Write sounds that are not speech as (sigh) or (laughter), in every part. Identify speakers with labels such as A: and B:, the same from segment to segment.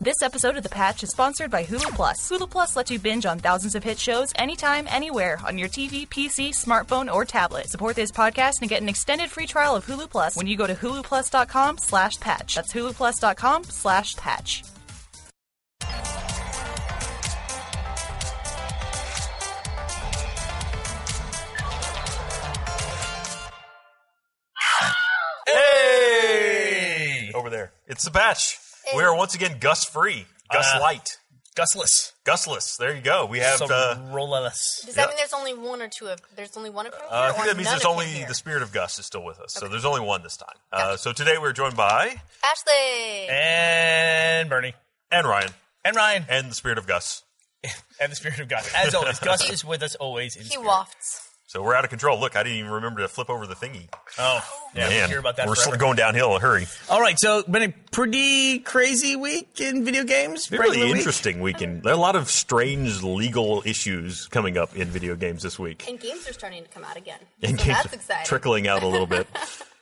A: This episode of The Patch is sponsored by Hulu Plus. Hulu Plus lets you binge on thousands of hit shows anytime, anywhere, on your TV, PC, smartphone, or tablet. Support this podcast and get an extended free trial of Hulu Plus when you go to huluplus.com slash patch. That's huluplus.com slash patch.
B: Hey!
C: Oh,
D: over there.
B: It's the batch. We are once again Gus free, Gus
D: Uh,
B: light,
D: Gusless.
B: Gusless. There you go. We have.
D: Some
B: Uh,
D: rollerless.
E: Does that
B: Yeah.
E: mean there's only one or two of there's only one of them? Here,
B: uh, I
E: or
B: think that means
E: none
B: there's
E: of
B: only
E: them here?
B: the spirit of Gus is still with us. So there's only one this time. Uh, so today we're joined by
E: Ashley.
D: And Bernie.
B: and Ryan
D: And Ryan.
B: and the spirit of Gus.
D: And the spirit of God. As
B: (laughs)
D: always, Gus is with us always. In
E: he
D: spirit.
E: wafts.
B: So we're out of control. Look, I didn't even remember to flip over the thingy.
D: Oh, yeah.
B: Man,
D: we hear about that
B: we're
D: forever.
B: sl- going downhill in a hurry.
C: All right, so been a pretty crazy week in video games.
B: Really
C: regular week.
B: interesting weekend. There are a lot of strange legal issues coming up in video games this week.
E: And games are starting to come out again.
B: And
E: so
B: games
E: that's
B: are
E: exciting.
B: trickling out a little
E: (laughs)
B: bit.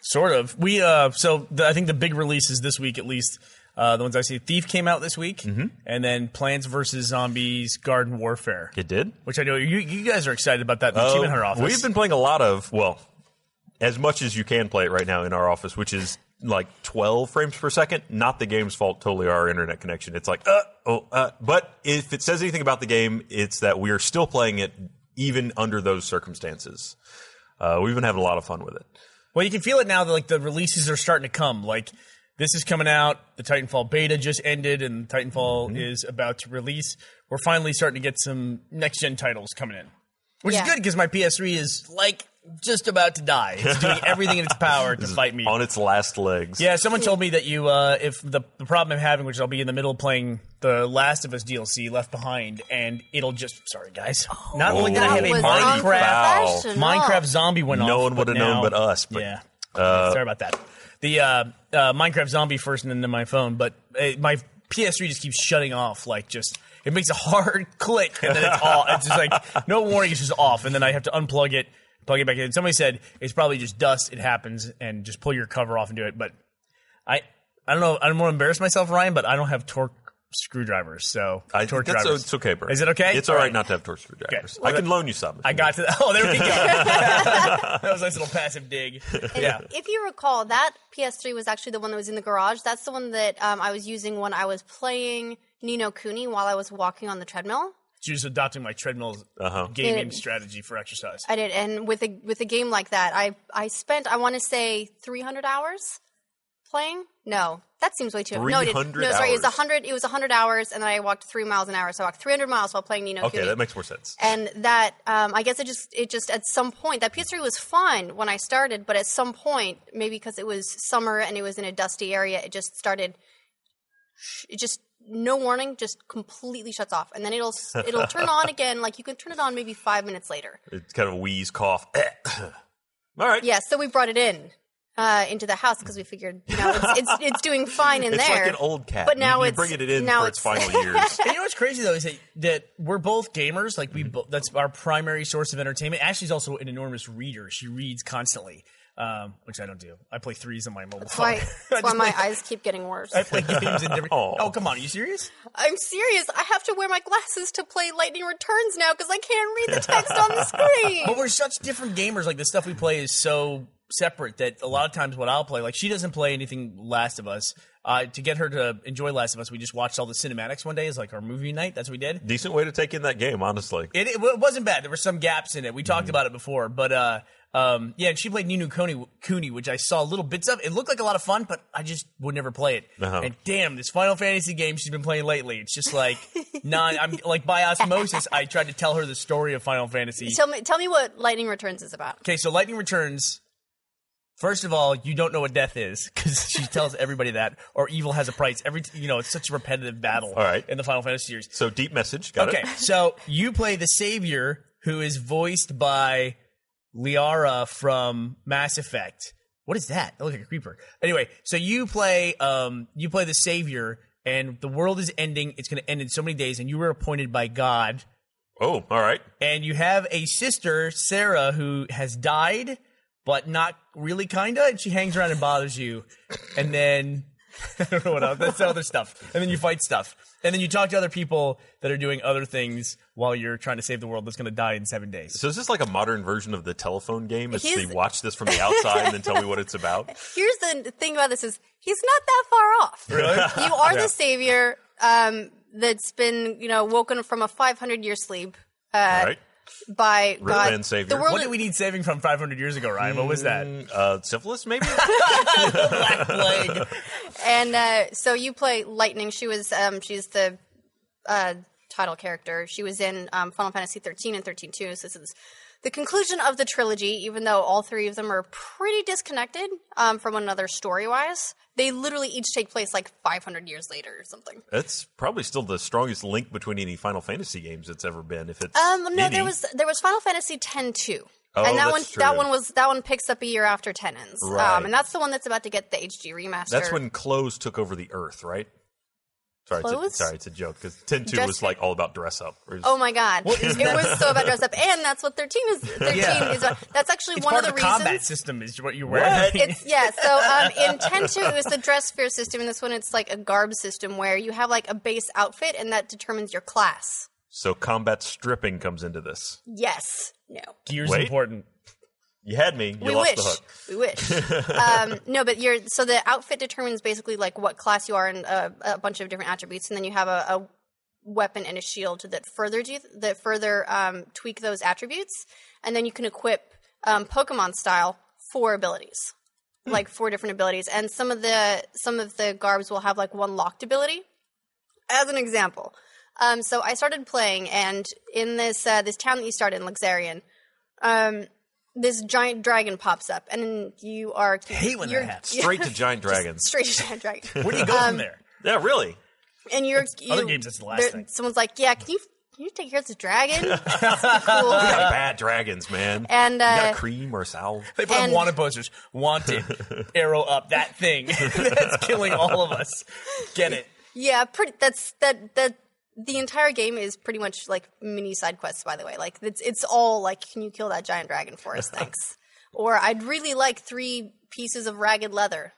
C: Sort of. We uh, so the, I think the big releases this week, at least uh, the ones I see. Thief came out this week,
B: Mm-hmm.
C: and then Plants vs Zombies Garden Warfare,
B: it did.
C: which I know you, you guys are excited about that. in The
B: Oh,
C: achievement hunter office.
B: We've been playing a lot of well, as much as you can play it right now in our office, which is like 12 frames per second. Not the game's fault, totally our internet connection. It's like uh oh, uh. But if it says anything about the game, it's that we are still playing it even under those circumstances. Uh, we've been having a lot of fun with it.
C: Well, you can feel it now that like the releases are starting to come. Like this is coming out. The Titanfall beta just ended, and Titanfall is about to release. We're finally starting to get some next gen titles coming in, which
E: Yeah.
C: is good because my PS3 is like just about to die. It's doing everything in its power to fight me.
B: on its last legs.
C: Yeah, someone told me that you, uh, if the, the problem I'm having, which I'll be in the middle of playing the Last of Us DLC, Left Behind, and it'll just. Sorry, guys. Not only did I have a
E: Oh. That was
C: Minecraft,
E: unprofessional.
C: Minecraft zombie went off.
B: No one
C: but
B: would've known
C: now-
B: but us, but- uh,
C: yeah. Sorry about that. The uh, uh, Minecraft zombie first, and then to my phone. But uh, my PS3 just keeps shutting off. Like just it makes a hard (laughs) click, and then it's all. It's just like no warning. It's just off, and then I have to unplug it, plug it back in. Somebody said it's probably just dust. It happens, and just pull your cover off and do it. But I, I don't know. I don't want to embarrass myself, Ryan, but I don't have torque screwdrivers. So
B: I,
C: torque
B: that's,
C: drivers.
B: It's okay, bro.
C: Is it okay?
B: It's all right, not to have torture drivers. I can loan you some. if
C: I
B: you
C: got
B: need.
C: to. (laughs) Oh, there we
E: (laughs)
C: go. that was a nice little passive dig.
E: And
C: Yeah.
E: If you recall, that PS3 was actually the one that was in the garage. That's the one that um, I was using when I was playing Nino Cooney while I was walking on the treadmill.
C: She was adopting my treadmill gaming strategy for exercise.
E: I did, and with a with a game like that, I I spent I want to say 300 hours playing. No, that seems way too. No, I didn't.
B: 300
E: no, sorry, it was
B: hours.
E: 100. It was 100 hours, and then I walked three miles an hour. So I walked 300 miles while playing Nino.
B: Okay,
E: Kuni.
B: that makes more sense.
E: and that um, I guess it just it just at some point that PS3 was fun when I started, but at some point maybe because it was summer and it was in a dusty area, it just started. It just no warning, just completely shuts off, and then it'll it'll
B: (laughs)
E: turn on again. Like you can turn it on maybe five minutes later.
B: It's kind of a wheeze, cough. (coughs) all right.
E: Yeah, so we brought it in uh, into the house because we figured you know it's, it's it's doing fine
B: (laughs)
E: in
B: It's
E: there.
B: like an old cat.
E: But
B: You-
E: now
B: you,
E: it's-
B: bring it in
E: now
B: for its,
E: it's-
B: final years.
C: And you know what's crazy though is that, that we're both gamers. Like we, bo- that's our primary source of entertainment. Ashley's also an enormous reader. She reads constantly, um, which I don't do. I play threes on my mobile
E: That's
C: phone. (laughs)
E: (laughs) why,
C: I
B: (laughs)
E: that's why
C: just
E: my
C: play-
E: eyes keep getting worse.
C: I play games in different.
B: Aw.
C: Oh come on, are you serious?
E: I'm serious. I have to wear my glasses to play Lightning Returns now because I can't read the text on the
B: (laughs)
E: screen. (laughs)
C: But we're such different gamers. Like the stuff we play is so separate that a lot of times what I'll play, like she doesn't play anything Last of Us. Uh, to get her to enjoy Last of Us, we just watched all the cinematics one day as like our movie night. That's what we did.
B: Decent way to take in that game, honestly.
C: It, it, wa- it wasn't bad. There were some gaps in it. We talked about it before, but uh, um, yeah, and she played Ninu Cooney, Cooney, which I saw little bits of. It looked like a lot of fun, but I just would never play it.
B: Uh-huh.
C: And damn, this Final Fantasy game she's been playing lately, it's just like (laughs) non. I'm like by osmosis. I tried to tell her the story of Final Fantasy.
E: tell me, tell me what Lightning Returns is about.
C: Okay, so Lightning Returns. First of all, you don't know what death is because
B: (laughs)
C: she tells everybody that, or evil has a price. Every t- you know, it's such a repetitive battle.
B: All right.
C: in the Final Fantasy series.
B: So deep message. Got
C: Okay,
B: it.
C: so you play the savior who is voiced by Liara from Mass Effect. What is that? That looks like a creeper. Anyway, so you play um you play the savior and the world is ending. It's going to end in so many days and you were appointed by God
B: Oh, all right.
C: and you have a sister, Sarah, who has died but not really kinda and she hangs around and bothers you. And then (laughs) I don't know what else. That's other stuff. And then you fight stuff. And then you talk to other people that are doing other things while you're trying to save the world that's going to die in seven days.
B: So is this like a modern version of the telephone game? It's
E: He's-
B: the watch this from the outside and then tell me what it's
E: (laughs)
B: about.
E: Here's the thing about this is he's not that far off. Really? (laughs)
B: (laughs)
E: you are the savior um, that's been, you know, woken from a 500 year sleep uh,
B: All right.
E: by God.
B: and savior.
E: The world
B: What
C: What did we need saving from 500 years ago, Ryan? What was that? (laughs)
B: Uh, syphilis,
E: (laughs)
B: maybe?
C: Mm, Black plague.
E: and uh, so you play Lightning. She was um, she's the uh, title character. She was in um, Final Fantasy 13 and 13 2. So this is the conclusion of the trilogy. Even though all three of them are pretty disconnected um, from one another story wise, they literally each take place like 500 years later or something.
B: That's probably still the strongest link between any Final Fantasy games that's ever been. If it's
E: Um, no,
B: any.
E: there was there was Final Fantasy 10 2.
B: Oh,
E: and that
B: that's
E: one,
B: true.
E: that one was that one picks up a year after Ten ends,
B: Right.
E: um, and that's the one that's about to get the HD remaster.
B: That's when Clothes took over the Earth, right? Sorry,
E: Clothes?
B: It's a, sorry, it's a joke because Ten Two
E: Dress-
B: was like all about dress up. Or
E: Oh my god! it was so about dress up, and that's what thirteen is. Thirteen
C: Yeah.
E: is. About. That's actually
C: It's
E: one
C: part
E: of the, reasons.
C: combat system is what you wear.
E: It's yeah. So um, in ten two, it was the dress sphere system, and this one it's like a garb system where you have like a base outfit, and that determines your class.
B: So combat stripping comes into this.
E: Yes. No.
C: Gear's
B: Wait.
C: important.
B: You had me. You
E: we
B: lost
E: wish.
B: the hook.
E: We wish. um, no, but you're so the outfit determines basically like what class you are and a, a bunch of different attributes, and then you have a, a weapon and a shield that further do, that further um, tweak those attributes, and then you can equip um, Pokemon style four abilities,
B: Hmm.
E: like four different abilities, and some of the some of the garbs will have like one locked ability, as an example. Um, so I started playing, and in this uh, this town that you start in, Luxarian, um, this giant dragon pops up, and you are
C: hate when that
E: you're,
C: happens.
B: Straight to giant dragons.
E: straight to giant dragon,
C: Where do you go from there?
B: yeah, really.
E: and you're
C: (laughs)
E: you,
C: other games, that's the last
E: there-
C: thing.
E: Someone's like, "Yeah, can you can you take care of
C: (laughs)
E: this dragon?" It's cool.
B: Bad dragons, man.
E: Uh, And,
B: you got
E: uh,
B: cream or salve.
C: They put up
E: And-
C: wanted posters. Wanted. Arrow up. That thing. (laughs) That's killing all of us. Get it.
E: Yeah, pretty, that's that that the entire game is pretty much like mini side quests. By the way, like it's it's all like, can you kill that giant dragon for us? Thanks. or I'd really like three pieces of ragged leather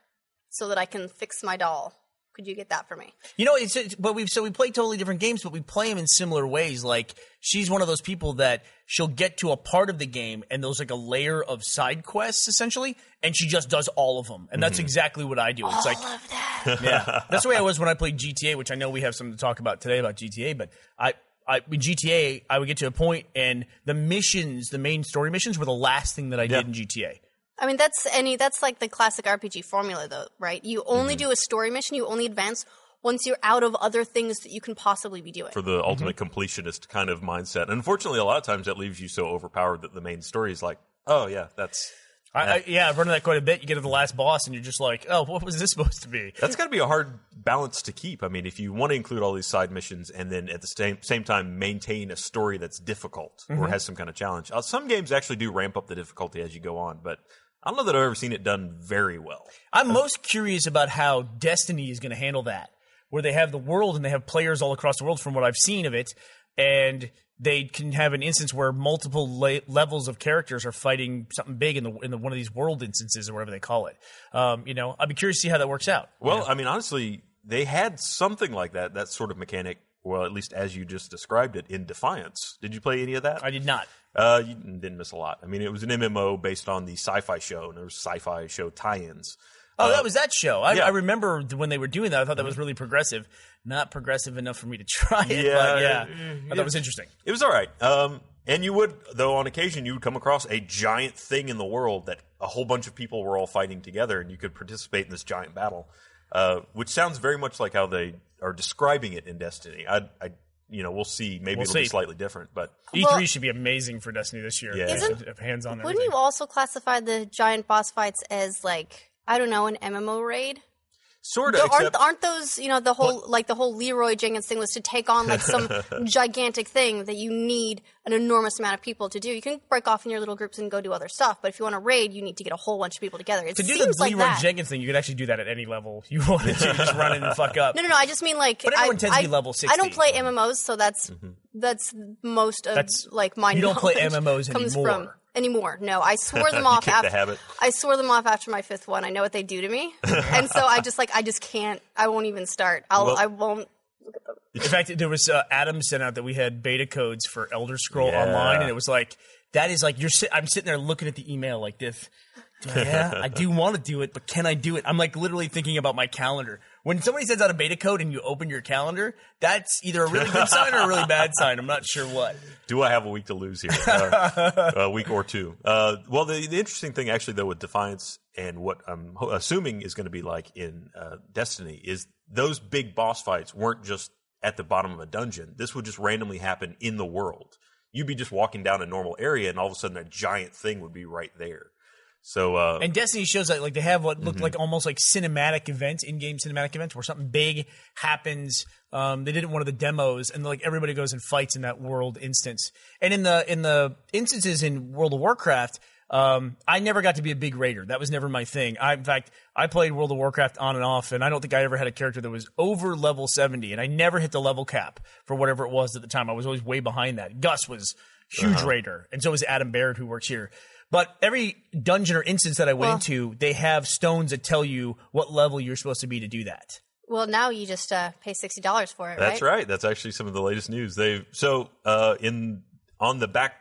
E: so that I can fix my doll. Could you get that for me?
C: You know, it's, it's but we've so we play totally different games, but we play them in similar ways. Like she's one of those people that she'll get to a part of the game, and there's like a layer of side quests essentially, and she just does all of them, and that's exactly what I do. It's like
E: Love that.
C: yeah, that's the way I was when I played GTA, which I know we have something to talk about today about GTA. But I, I in GTA, I would get to a point, and the missions, the main story missions, were the last thing that I
B: Yeah.
C: did in GTA.
E: I mean, that's any that's like the classic RPG formula, though, right? You only do a story mission. You only advance once you're out of other things that you can possibly be doing.
B: for the ultimate completionist kind of mindset. And unfortunately, a lot of times that leaves you so overpowered that the main story is like, oh yeah, that's
C: I, I, yeah, I've run into that quite a bit. You get to the last boss, and you're just like, oh, what was this (laughs) supposed to be?
B: that's got to be a hard balance to keep. I mean, if you want to include all these side missions and then at the same same time maintain a story that's difficult
E: Mm-hmm.
B: or has some kind of challenge, uh, some games actually do ramp up the difficulty as you go on, but. I don't know that I've ever seen it done very well.
C: I'm most curious about how Destiny is going to handle that, where they have the world and they have players all across the world from what I've seen of it, and they can have an instance where multiple la- levels of characters are fighting something big in the in the, one of these world instances or whatever they call it. Um, you know, I'd be curious to see how that works out.
B: Well, I mean, honestly, they had something like that, that sort of mechanic, well, at least as you just described it, in Defiance. Did you play any of that?
C: I did not.
B: Uh, you didn't miss a lot. I mean, it was an MMO based on the sci-fi show, and there was sci-fi show tie-ins.
C: Oh, that was that show. I,
B: Uh, yeah. Mm-hmm.
C: I remember th- when they were doing that. I thought that was really progressive. Not progressive enough for me to (laughs) try it.
B: Yeah,
C: but yeah.
B: uh,
C: I thought it was interesting.
B: It was all right. Um, and you would, though, on occasion, you would come across a giant thing in the world that a whole bunch of people were all fighting together, and you could participate in this giant battle, uh, which sounds very much like how they are describing it in Destiny. I, I you know, we'll see. Maybe
C: We'll
B: it'll be
C: see.
B: slightly different, but
C: E3
E: Well-
C: E should be amazing for Destiny this year.
B: Yeah.
E: Isn't-
C: hands on
E: Wouldn't you also classify the giant boss fights as like I don't know an MMO raid?
B: sort
E: The-
B: of.
E: aren't aren't those you know the whole like the whole Leroy Jenkins thing was to take on
C: (laughs)
E: like some gigantic thing that you need an enormous amount of people to do. You can break off in your little groups and go do other stuff, but if you want to raid, you need to get a whole bunch of people together. It
C: To do
E: seems
C: the
E: like
C: Leroy
E: that.
C: Jenkins thing, you could actually do that at any level (laughs) you wanted to. Just run in and fuck up.
E: no, no, no. I just mean like
C: But everyone
E: I,
C: tends to be
E: I-
C: level
E: I
C: 60.
E: don't play MMOs, so that's that's most of
C: That's-
E: like my
C: You don't play
E: knowledge
C: MMOs
E: comes
C: anymore.
E: from. anymore. No, I
C: (laughs)
E: swore them off
B: kicked the
E: after
B: habit.
E: I swore them off after my fifth one. I know what they do to
C: (laughs)
E: me, and so I just like I just can't. I won't even start. I'll
B: Well-
E: I won't.
C: In fact, there was uh, Adam sent out that we had beta codes for Elder Scroll
B: Yeah.
C: Online, and it was like that is like you're. Sit- I'm sitting there looking at the email like this. Do I- yeah, I (laughs) do want to do it, but can I do it? I'm like literally thinking about my calendar. When somebody sends out a beta code and you open your calendar, that's either a really good sign or a really bad sign. I'm not sure what.
B: Do I have a week to lose here? Uh, a week or two. Uh, well, the, the interesting thing, actually, though, with Defiance and what I'm ho- assuming is going to be like in uh, Destiny is those big boss fights weren't just at the bottom of a dungeon. This would just randomly happen in the world. You'd be just walking down a normal area, and all of a sudden, a giant thing would be right there. So, uh,
C: And Destiny shows that like they have what looked like almost like cinematic events, in-game cinematic events, where something big happens. Um, they did it in one of the demos, and like everybody goes and fights in that world instance. And in the in the instances in World of Warcraft, um, I never got to be a big raider. That was never my thing. I, in fact, I played World of Warcraft on and off, and I don't think I ever had a character that was over level seventy, and I never hit the level cap for whatever it was at the time. I was always way behind that. Gus was huge raider, and so was Adam Baird, who works here. But every dungeon or instance that I went into, they have stones that tell you what level you're supposed to be to do that.
E: Well, now you just uh, pay sixty dollars for it.
B: That's right. That's actually some of the latest news. They so uh, in on the back.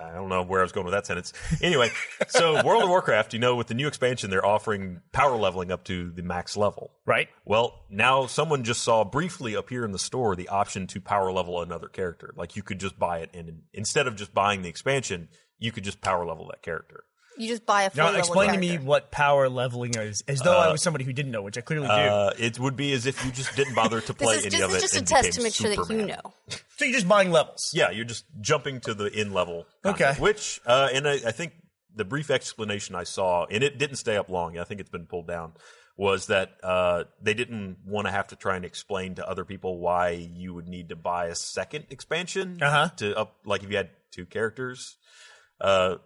B: I don't know where I was going with that sentence. Anyway,
E: (laughs)
B: so World of Warcraft, you know, with the new expansion, they're offering power leveling up to the max level.
C: Right?
B: Well, now someone just saw briefly appear in the store the option to power level another character. Like you could just buy it, and instead of just buying the expansion, you could just power level that character.
E: You just buy a full
C: Now,
E: level
C: explain to me
E: character.
C: what power leveling is, as though I was somebody who didn't know, which I clearly do.
B: Uh, it would be as if you just didn't bother to play
E: (laughs) This is
B: any
E: just,
B: of it.
E: this is just a
B: and
E: test
B: became
E: to make sure that you
B: Superman.
E: know.
C: So you're just buying levels.
B: Yeah, you're just jumping to the in level.
C: Okay.
B: Which, uh, and I, I think the brief explanation I saw, and it didn't stay up long. I think it's been pulled down. Was that uh, they didn't want to have to try and explain to other people why you would need to buy a second expansion
C: Uh-huh.
B: to up, like if you had two characters. Uh,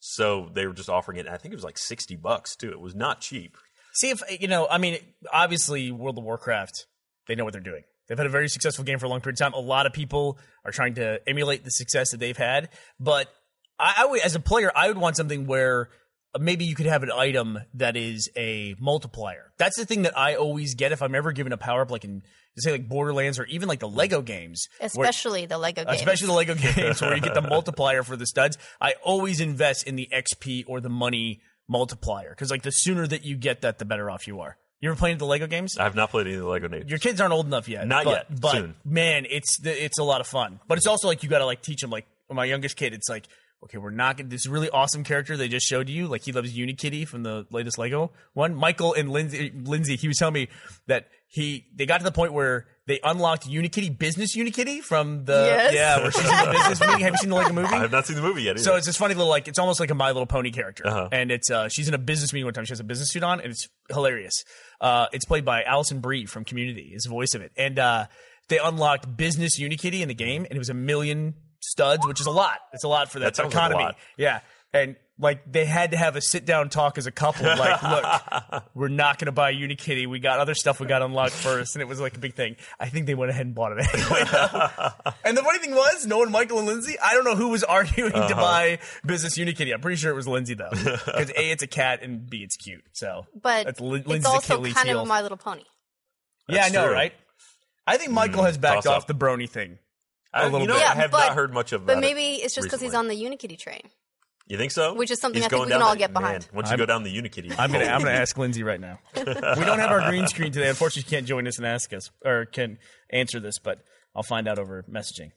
B: so they were just offering it. I think it was like sixty bucks too. It was not cheap.
C: See if you know. I mean, obviously, World of Warcraft, they know what they're doing. They've had a very successful game for a long period of time. A lot of people are trying to emulate the success that they've had. But I, I would, as a player, I would want something where maybe you could have an item that is a multiplier. That's the thing that I always get if I'm ever given a power up, like in say like Borderlands or even like the Lego games, where-
E: Especially the Lego game.
C: especially the Lego games where you get the multiplier for the studs. I always invest in the XP or the money multiplier because like the sooner that you get that, the better off you are. You ever played the Lego games?
B: I've not played any of the Lego Nation.
C: Your kids aren't old enough yet.
B: Not
C: but,
B: yet.
C: but
B: Soon.
C: man, it's the, it's a lot of fun. But it's also like you got to like teach them. Like my youngest kid, it's like. Okay, we're not gonna this really awesome character they just showed you. Like he loves Unikitty from the latest Lego one. Michael and Lindsay, Lindsay, he was telling me that he they got to the point where they unlocked Unikitty business Unikitty from the
E: Yes.
C: yeah where she's in the business meeting. Have you seen the
B: (laughs)
C: Lego movie?
B: I have not seen the movie yet. Either. Uh-huh.
C: So it's this funny little like it's almost like a My Little Pony character, and it's uh, she's in a business meeting one time. She has a business suit on, and it's hilarious. Uh, it's played by Allison Brie from Community, is the voice of it, and uh, they unlocked Business Unikitty in the game, and it was a million studs, which is a lot. It's a lot for that,
B: That sounds like a
C: economy.
B: lot.
C: Yeah, and like they had to have a sit down talk as a couple, of,
B: (laughs)
C: like, look, we're not going to buy Unikitty. We got other stuff we got unlocked first, and it was like a big thing. I think they went ahead and bought it (laughs) anyway. And the funny thing was, knowing Michael and Lindsay, I don't know who was (laughs) arguing
B: Uh-huh.
C: to buy Business Unikitty. I'm pretty sure it was Lindsay though, because a it's a cat and b it's cute. So,
E: but
C: that's Lin-
E: it's
C: Lindsay's
E: also
C: Achilles
E: kind
C: heel.
E: of a My Little Pony.
C: yeah, I know,
B: true. Mm-hmm.
C: right? I think Michael has backed
B: toss up.
C: off the brony thing.
B: I,
C: little
B: you know,
C: bit.
B: I
E: Yeah,
B: have
E: but-
B: not heard much of.
E: But
B: about it
E: maybe it's just because he's
B: recently.
E: on the Unikitty train.
B: You think so?
E: Which is something
B: He's
E: I think
B: going
E: we can
B: down
E: all
B: that-
E: get behind.
B: Man, once you go down the Unikitty,
C: I'm gonna I'm gonna ask Lindsay right now. we don't have our green screen today. Unfortunately, she can't join us and ask us or can answer this, but I'll find out over messaging.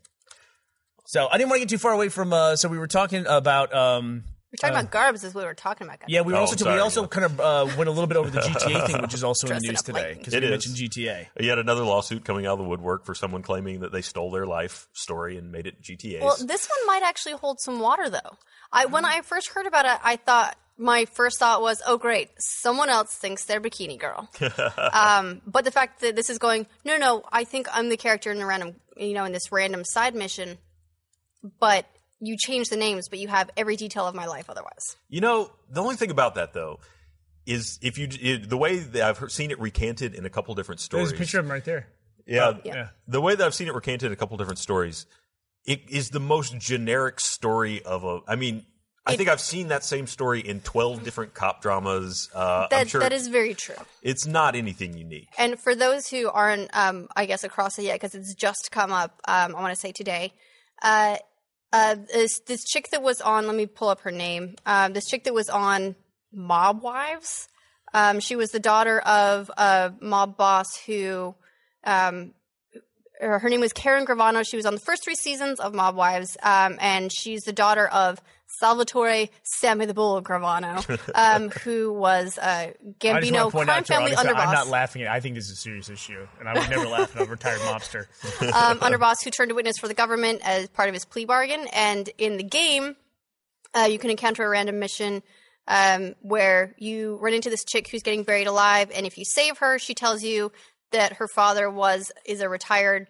C: So I didn't want to get too far away from. Uh, so we were talking about. Um,
E: We're talking about garbs, is what we're talking about. Guys.
C: Yeah, we were
B: Oh,
C: also
B: I'm sorry.
C: we also kind of uh, went a little bit over the
B: (laughs)
C: GTA thing, which is also in the
E: Dress it
C: news
E: up like
C: today
E: me.
C: because
B: It
C: we
B: is.
C: mentioned GTA.
B: Yet another lawsuit coming out of the woodwork for someone claiming that they stole their life story and made it GTA's.
E: Well, this one might actually hold some water, though. I when I first heard about it, I thought my first thought was, "Oh, great, someone else thinks they're Bikini
B: (laughs)
E: Girl." um, but the fact that this is going, no, no, I think I'm the character in the random, you know, in this random side mission, but you change the names, but you have every detail of my life otherwise.
B: you know, the only thing about that though is if you it, the way that I've heard, seen it recanted in a couple different stories.
C: of him right there.
B: yeah,
E: Yeah.
B: the way that I've seen it recanted in a couple different stories, it is the most generic story of a. I mean, I
E: It-
B: think I've seen that same story in 12 different cop dramas. Uh, I'm
E: That
B: sure
E: that is very true.
B: it's not anything unique.
E: And for those who aren't, um, I guess, across it yet, because it's just come up, um, I want to say today, uh, uh, this, this chick that was on, let me pull up her name, um, this chick that was on Mob Wives, um, she was the daughter of a mob boss who, um, her her name was Karen Gravano. She was on the first three seasons of Mob Wives, um, and she's the daughter of Salvatore Sammy the Bull
C: (laughs)
E: Gravano, um, who was a
C: I just want
E: Gambino
C: to point
E: crime
C: out to
E: family
C: Veronica,
E: underboss.
C: I'm not laughing at. I think this is a serious issue, and I would never laugh at a retired mobster.
E: um, underboss who turned a witness for the government as part of his plea bargain. And in the game, uh, you can encounter a random mission um, where you run into this chick who's getting buried alive, and if you save her, she tells you that her father was is a retired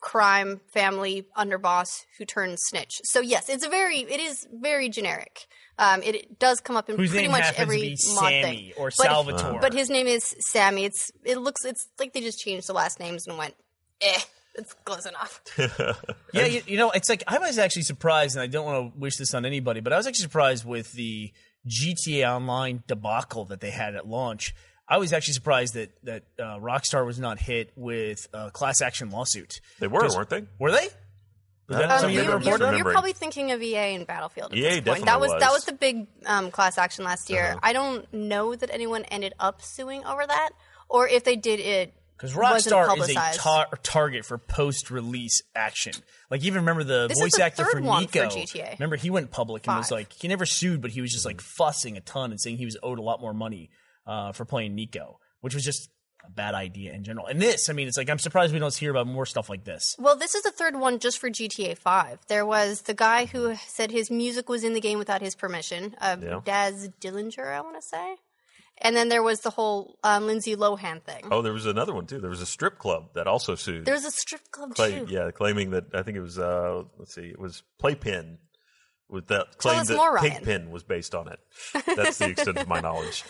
E: crime family underboss who turned snitch. So yes, it's a very it is very generic. Um, it, it does come up in
C: Whose
E: pretty
C: name
E: much
C: happens
E: every
C: to be
E: mod
C: Sammy
E: thing.
C: or
E: But-
C: Salvatore.
E: but his name is Sammy. It's it looks it's like they just changed the last names and went, eh, it's close enough.
C: Yeah, you, you know, it's like I was actually surprised, and I don't want to wish this on anybody, but I was actually surprised with the GTA Online debacle that they had at launch. I was actually surprised that that uh, Rockstar was not hit with a class action lawsuit.
B: They were,
C: Because-
B: weren't they?
C: Were they? Was that
B: Um,
C: something you
B: they were
E: you're,
C: were
B: reported
E: you're-
C: reporting?
B: on?
E: you're probably thinking of EA and Battlefield. At
C: E
B: EA
E: this point. that
B: definitely
E: was, that
B: was.
E: was the big um, class action last year.
C: Uh-huh.
E: I don't know that anyone ended up suing over that, or if they did, it
C: Because
E: wasn't
C: Rockstar is a
E: publicized.
C: tar- target for post-release action. Like even remember the
E: This is
C: voice
E: the
C: actor
E: third
C: for
E: one for
C: Nico.
E: GTA.
C: Remember he went public and was
E: Five.
C: like he never sued, but he was just like fussing a ton and saying he was owed a lot more money uh, for playing Nico, which was just a bad idea in general. And this, I mean, it's like I'm surprised we don't hear about more stuff like this.
E: Well, this is the third one just for GTA 5. There was the guy who said his music was in the game without his permission, uh,
B: Yeah.
E: Daz Dillinger, I want to say. And then there was the whole um, Lindsay Lohan thing.
B: Oh, there was another one too. There was a strip club that also sued.
E: There was a strip club
B: Clay,
E: too.
B: yeah, claiming that I think it was uh, let's see, it was Playpen with that claim
E: us
B: that
E: more, Ryan.
B: Pigpen was based on it. That's the extent of my
E: (laughs)
B: knowledge.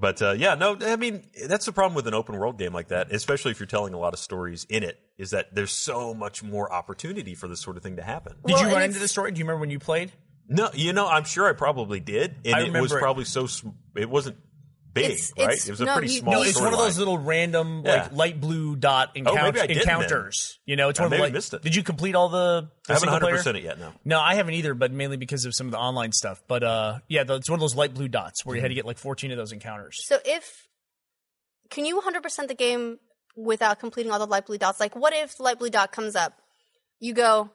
B: But uh, yeah, no, I mean that's the problem with an open world game like that, especially if you're telling a lot of stories in it, is that there's so much more opportunity for this sort of thing to happen.
C: Did
E: Well,
C: you
E: and
C: run
E: it's-
C: into this story? Do you remember when you played?
B: No, you know, I'm sure I probably did, and
C: I
B: it was
C: remember it.
B: probably so sm- it wasn't big,
E: It's-
B: right?
E: it's-
B: it was a
E: no,
B: pretty
E: you-
B: small.
C: No, it's one of
B: storyline.
C: those little random
B: Yeah. Oh,
C: like light blue dot
B: maybe I
C: encounter-
B: didn't then.
C: encounters. You know, it's
B: I
C: one of
B: maybe
C: the like,
B: missed it.
C: Did you complete all the? the
B: I haven't
C: single
B: 100
C: player?
B: percent it yet. No,
C: No, I haven't either, but mainly because of some of the online stuff. But uh, yeah, the, it's one of those light blue dots where you had to get like 14 of those encounters.
E: So if can you 100% the game without completing all the light blue dots? Like what if light blue dot comes up? You go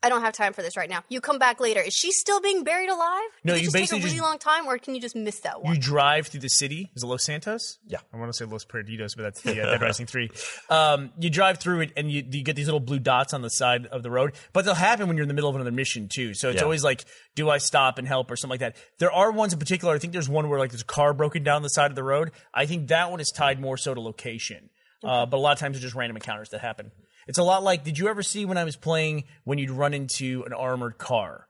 E: I don't have time for this right now. You come back later. Is she still being buried alive?
C: No,
E: Does it
C: you
E: just
C: basically
E: take a really
C: just-
E: long time or can you just miss that one?
C: You drive through the city. Is it Los Santos?
B: Yeah.
C: I want to say Los Perdidos, but that's the uh, Dead Rising 3. Um, you drive through it and you, you get these little blue dots on the side of the road, but they'll happen when you're in the middle of another mission too. So it's
B: Yeah.
C: always like, do I stop and help or something like that? There are ones in particular. I think there's one where like there's a car broken down the side of the road. I think that one is tied more so to location. Uh, but a lot of times it's just random encounters that happen. It's a lot like, did you ever see when I was playing when you'd run into an armored car?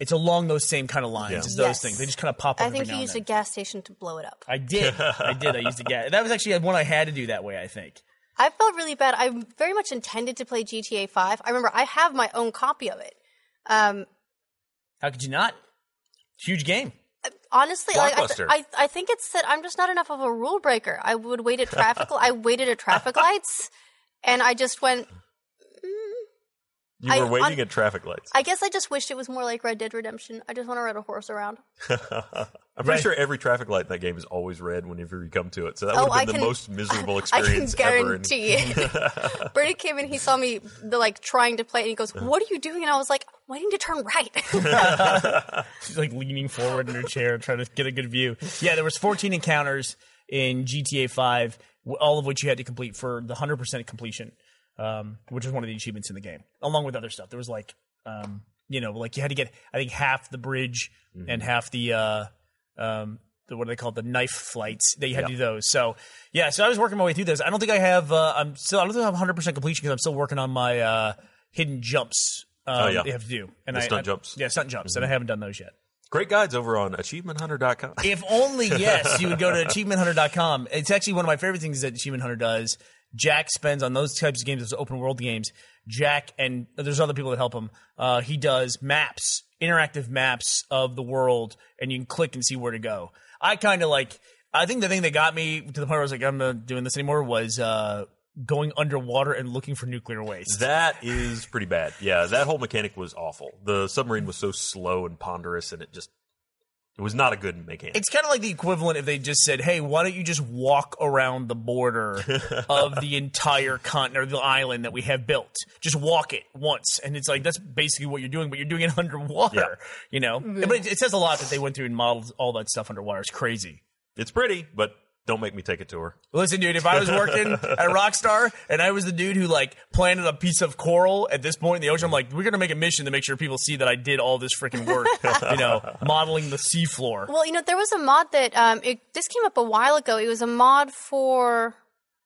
C: It's along those same kind of lines
B: Yeah.
C: as those
E: Yes.
C: things. They just kind of pop up.
E: I
C: every
E: think
C: now
E: you
C: and
E: used
C: then.
E: a gas station to blow it up.
C: I did. I did. I used to get. That was actually one I had to do that way. I think.
E: I felt really bad. I very much intended to play GTA 5. I remember I have my own copy of it. Um,
C: How could you not? Huge game.
E: honestly, like, I,
B: Blockbuster.
E: th- I I think it's that I'm just not enough of a rule breaker. I would wait at traffic.
B: (laughs)
E: I waited at traffic lights, and I just went.
B: you
E: I-
B: were waiting
E: on-
B: at traffic lights.
E: I guess I just wished it was more like Red Dead Redemption. I just want to ride a horse around.
B: I'm pretty
C: Right.
B: sure every traffic light in that game is always red whenever you come to it. So that
E: Oh,
B: would have
E: I
B: been the
E: can-
B: most miserable
E: (laughs) I can
B: experience ever. And
E: guarantee it.
B: (laughs)
E: Bernie came in, he saw me the, like trying to play, and he goes,
B: Uh-huh.
E: "What are you doing?" And I was like, "I'm "Waiting to turn right."
C: She's like leaning forward in her chair, trying to get a good view. Yeah, there was 14 encounters in GTA 5, w- all of which you had to complete for the 100% completion, um, which is one of the achievements in the game, along with other stuff. There was like, um, you know, like you had to get, I think, half the bridge
B: Mm-hmm.
C: and half the. Uh, um, the, what do they call it? The knife flights. They had to do those. So yeah, so I was working my way through this. I don't think I have. Uh, I'm still. I don't think I have 100 percent completion because I'm still working on my uh, hidden jumps. Um,
B: Oh, yeah.
C: they have to do and
B: The
C: I-
B: stunt
C: I-
B: jumps. Mm-hmm.
C: Yeah, stunt jumps, and I haven't done those yet.
B: Great guides over on achievementhunter.com.
C: (laughs) If only, yes, you would go to achievementhunter.com. It's actually one of my favorite things that Achievement Hunter does. Jack spends on those types of games, those open world games. Jack and there's other people that help him. Uh, he does maps, interactive maps of the world, and you can click and see where to go. I kind of like. I think the thing that got me to the point where I was like, I'm not doing this anymore was uh, going underwater and looking for nuclear waste.
B: That is pretty bad. Yeah, that whole mechanic was awful. The submarine was so slow and ponderous, and it just it was not a good mechanic.
C: it's kind of like the equivalent if they just said, "Hey, why don't you just walk around the border of the entire continent or the island that we have built? Just walk it once." And it's like that's basically what you're doing, but you're doing it (laughs) underwater.
B: Yeah.
C: You know, but it, it says a lot that they went through and modeled all that stuff underwater. It's crazy.
B: it's pretty, but don't make me take a tour.
C: Listen, dude, if I was working at Rockstar and I was the dude who like planted a piece of coral at this point in the ocean, I'm like, we're gonna make a mission to make sure people see that I did all this freaking work, you know, modeling the seafloor.
E: Well, you know, there was a mod that um, it, this came up a while ago. It was a mod for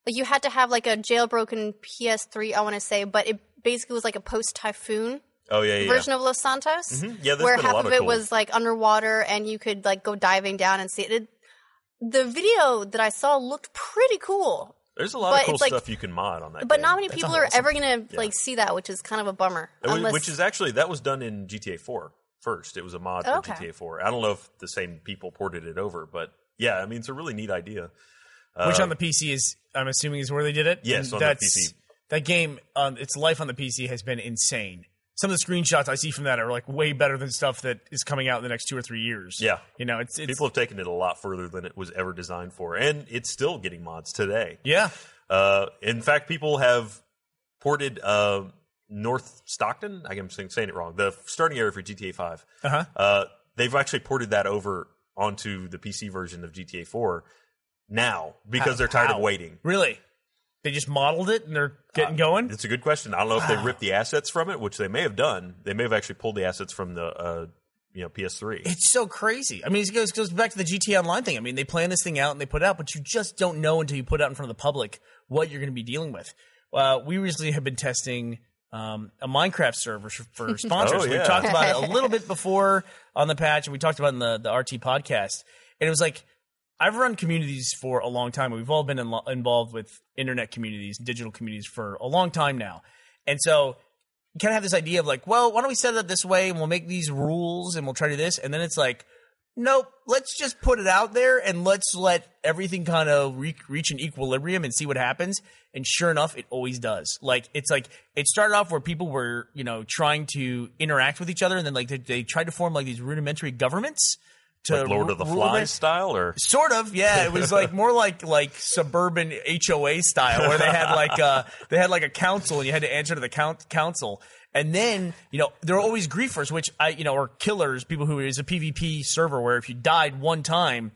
E: like you had to have like a jailbroken PS3, I want to say, but it basically was like a post typhoon
B: Oh yeah, yeah. yeah.
E: version of Los Santos,
B: Yeah, there's
E: where
B: been a
E: half
B: lot
E: of
B: of
E: it
B: cool-
E: was like underwater and you could like go diving down and see it. it the video that I saw looked pretty cool,
B: There's a lot
E: but
B: of cool
E: it's like-
B: stuff you can mod on that.
E: but
B: game.
E: not many people are ever gonna
B: Yeah.
E: like see that, which is kind of a bummer.
B: It was-
E: unless,
B: which is actually that was done in GTA 4 first. It was a mod
E: Okay.
B: for GTA 4. I don't know if the same people ported it over, but yeah, I mean it's a really neat idea.
C: Which on the PC is, I'm assuming, is where they did it.
B: Uh, Yes,
C: And
B: on the
C: that's-
B: PC.
C: That game, um, its life on the PC has been insane. Some of the screenshots I see from that are like way better than stuff that is coming out in the next two or three years.
B: Yeah.
C: you know, it's, it's
B: People have taken it a lot further than it was ever designed for, and it's still getting mods today.
C: yeah.
B: Uh, in fact, people have ported uh, North Stockton. I am saying, saying it wrong. The starting area for GTA 5
C: Uh-huh.
B: Uh, they've actually ported that over onto the PC version of GTA Four now because they're tired
C: How?
B: of waiting. Uh,
C: Really, they just modeled it and they're getting going.
B: It's a good question. I don't know if they
C: Ah.
B: ripped the assets from it, which they may have done. They may have actually pulled the assets from the uh, you know PS3.
C: It's so crazy. I mean, it goes, goes back to the GT Online thing. I mean, they plan this thing out and they put it out, but you just don't know until you put it out in front of the public what you're going to be dealing with. Uh, we recently have been testing um, a Minecraft server for, for sponsors.
B: (laughs) Oh, yeah.
C: We've talked about it
B: (laughs)
C: a little bit before on the patch, and we talked about it in the, the RT podcast. And it was like, I've run communities for a long time. We've all been in- involved with internet communities, digital communities for a long time now. And so you kind of have this idea of like, well, why don't we set it up this way and we'll make these rules and we'll try to do this. And then it's like, nope, let's just put it out there and let's let everything kind of re- reach an equilibrium and see what happens. And sure enough, it always does. Like, it's like, it started off where people were, you know, trying to interact with each other and then like they, they tried to form like these rudimentary governments. To
B: like Lord of the
C: ru- rule
B: Flies
C: this-
B: style, or
C: Sort of, yeah. It was like more like like suburban HOA style, where they had like uh they had like a council, and you had to answer to the count, council. And then you know there are always griefers, which I you know are killers, people who is a PvP server where if you died one time,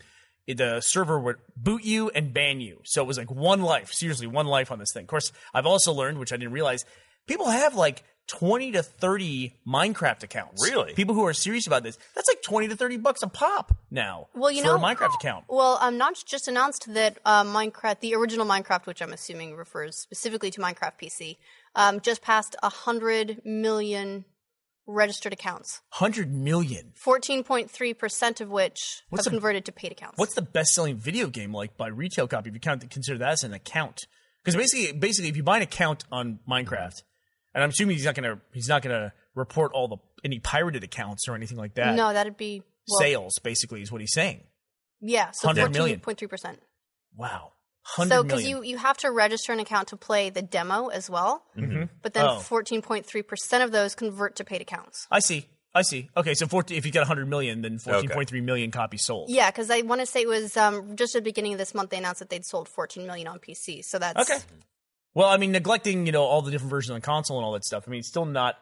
C: it- the server would boot you and ban you. So it was like one life, seriously, one life on this thing. Of course, I've also learned, which I didn't realize, people have like. 20 to 30 Minecraft accounts.
B: Really?
C: People who are serious about this. That's like 20 to 30 bucks a pop now
E: well, you
C: for
E: know,
C: a Minecraft account.
E: Well, um, not just announced that uh, Minecraft, the original Minecraft, which I'm assuming refers specifically to Minecraft PC, um, just passed hundred million registered accounts.
C: 100 million.
E: Fourteen point three percent of which
C: What's
E: have
C: a-
E: converted to paid accounts.
C: What's the best selling video game like by retail copy if you count consider that as an account? Because basically basically if you buy an account on Minecraft, and I'm assuming he's not gonna he's not gonna report all the any pirated accounts or anything like that.
E: no? That'd be well,
C: Sales basically is what he's saying.
E: Yeah, so
C: 100
E: fourteen
C: million.
E: point three percent.
C: Wow.
E: So
C: 100
E: because
C: million.
E: you you have to register an account to play the demo as well, but
C: Oh.
E: then fourteen point three percent of those convert to paid accounts.
C: I see. I see. Okay, so 14, if you got 100 million, then 14.3 million copies sold.
E: Yeah, because I want to say it was um, just at the beginning of this month they announced that they'd sold 14 million on PC. So that's
C: Okay. Well, I mean, neglecting you know all the different versions on console and all that stuff. I mean, it's still not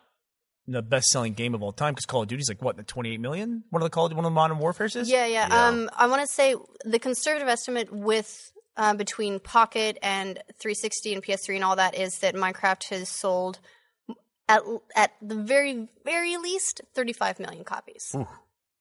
C: the best-selling game of all time because Call of Duty's like what the 28 million. One of the Call of one of the Modern Warfare's is.
E: Yeah, yeah. Um, I want to say the conservative estimate with uh, between Pocket and 360 and PS3 and all that is that Minecraft has sold at at the very very least 35 million copies.
C: Hmm.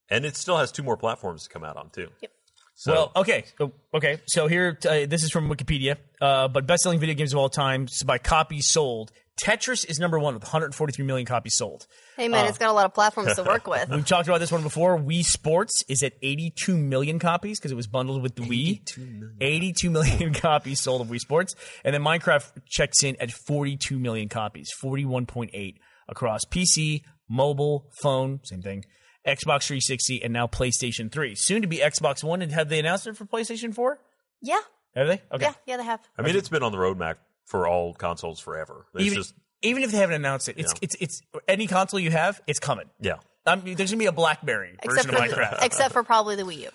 B: and it still has two more platforms to come out on too.
E: Yep.
B: So
C: Well, okay, so, okay. So here, uh, this is from Wikipedia. Uh, but best-selling video games of all time so by copies sold. Tetris is number one with 143 million copies sold.
E: Hey man, it's got a lot of platforms to
C: (laughs)
E: work with.
C: We've talked about this one before. Wii Sports is at 82 million copies because it was bundled with the Wii. 82 million (laughs) copies sold of Wii Sports. And then Minecraft checks in at 42 million copies, 41.8 across PC, mobile phone, same thing, Xbox 360, and now PlayStation 3. Soon to be Xbox One. And have they announced it for PlayStation 4?
E: Yeah,
C: Have they? Okay.
E: yeah, yeah. They have.
B: I mean, it's been on the roadmap for all consoles forever. It's
C: even,
B: just
C: even if they haven't announced it, it's,
B: Yeah.
C: it's, it's, any console you have, it's coming.
B: yeah.
C: I mean, there's going to be a BlackBerry
E: Except
C: version
E: for,
C: of Minecraft.
E: except for probably the Wii U.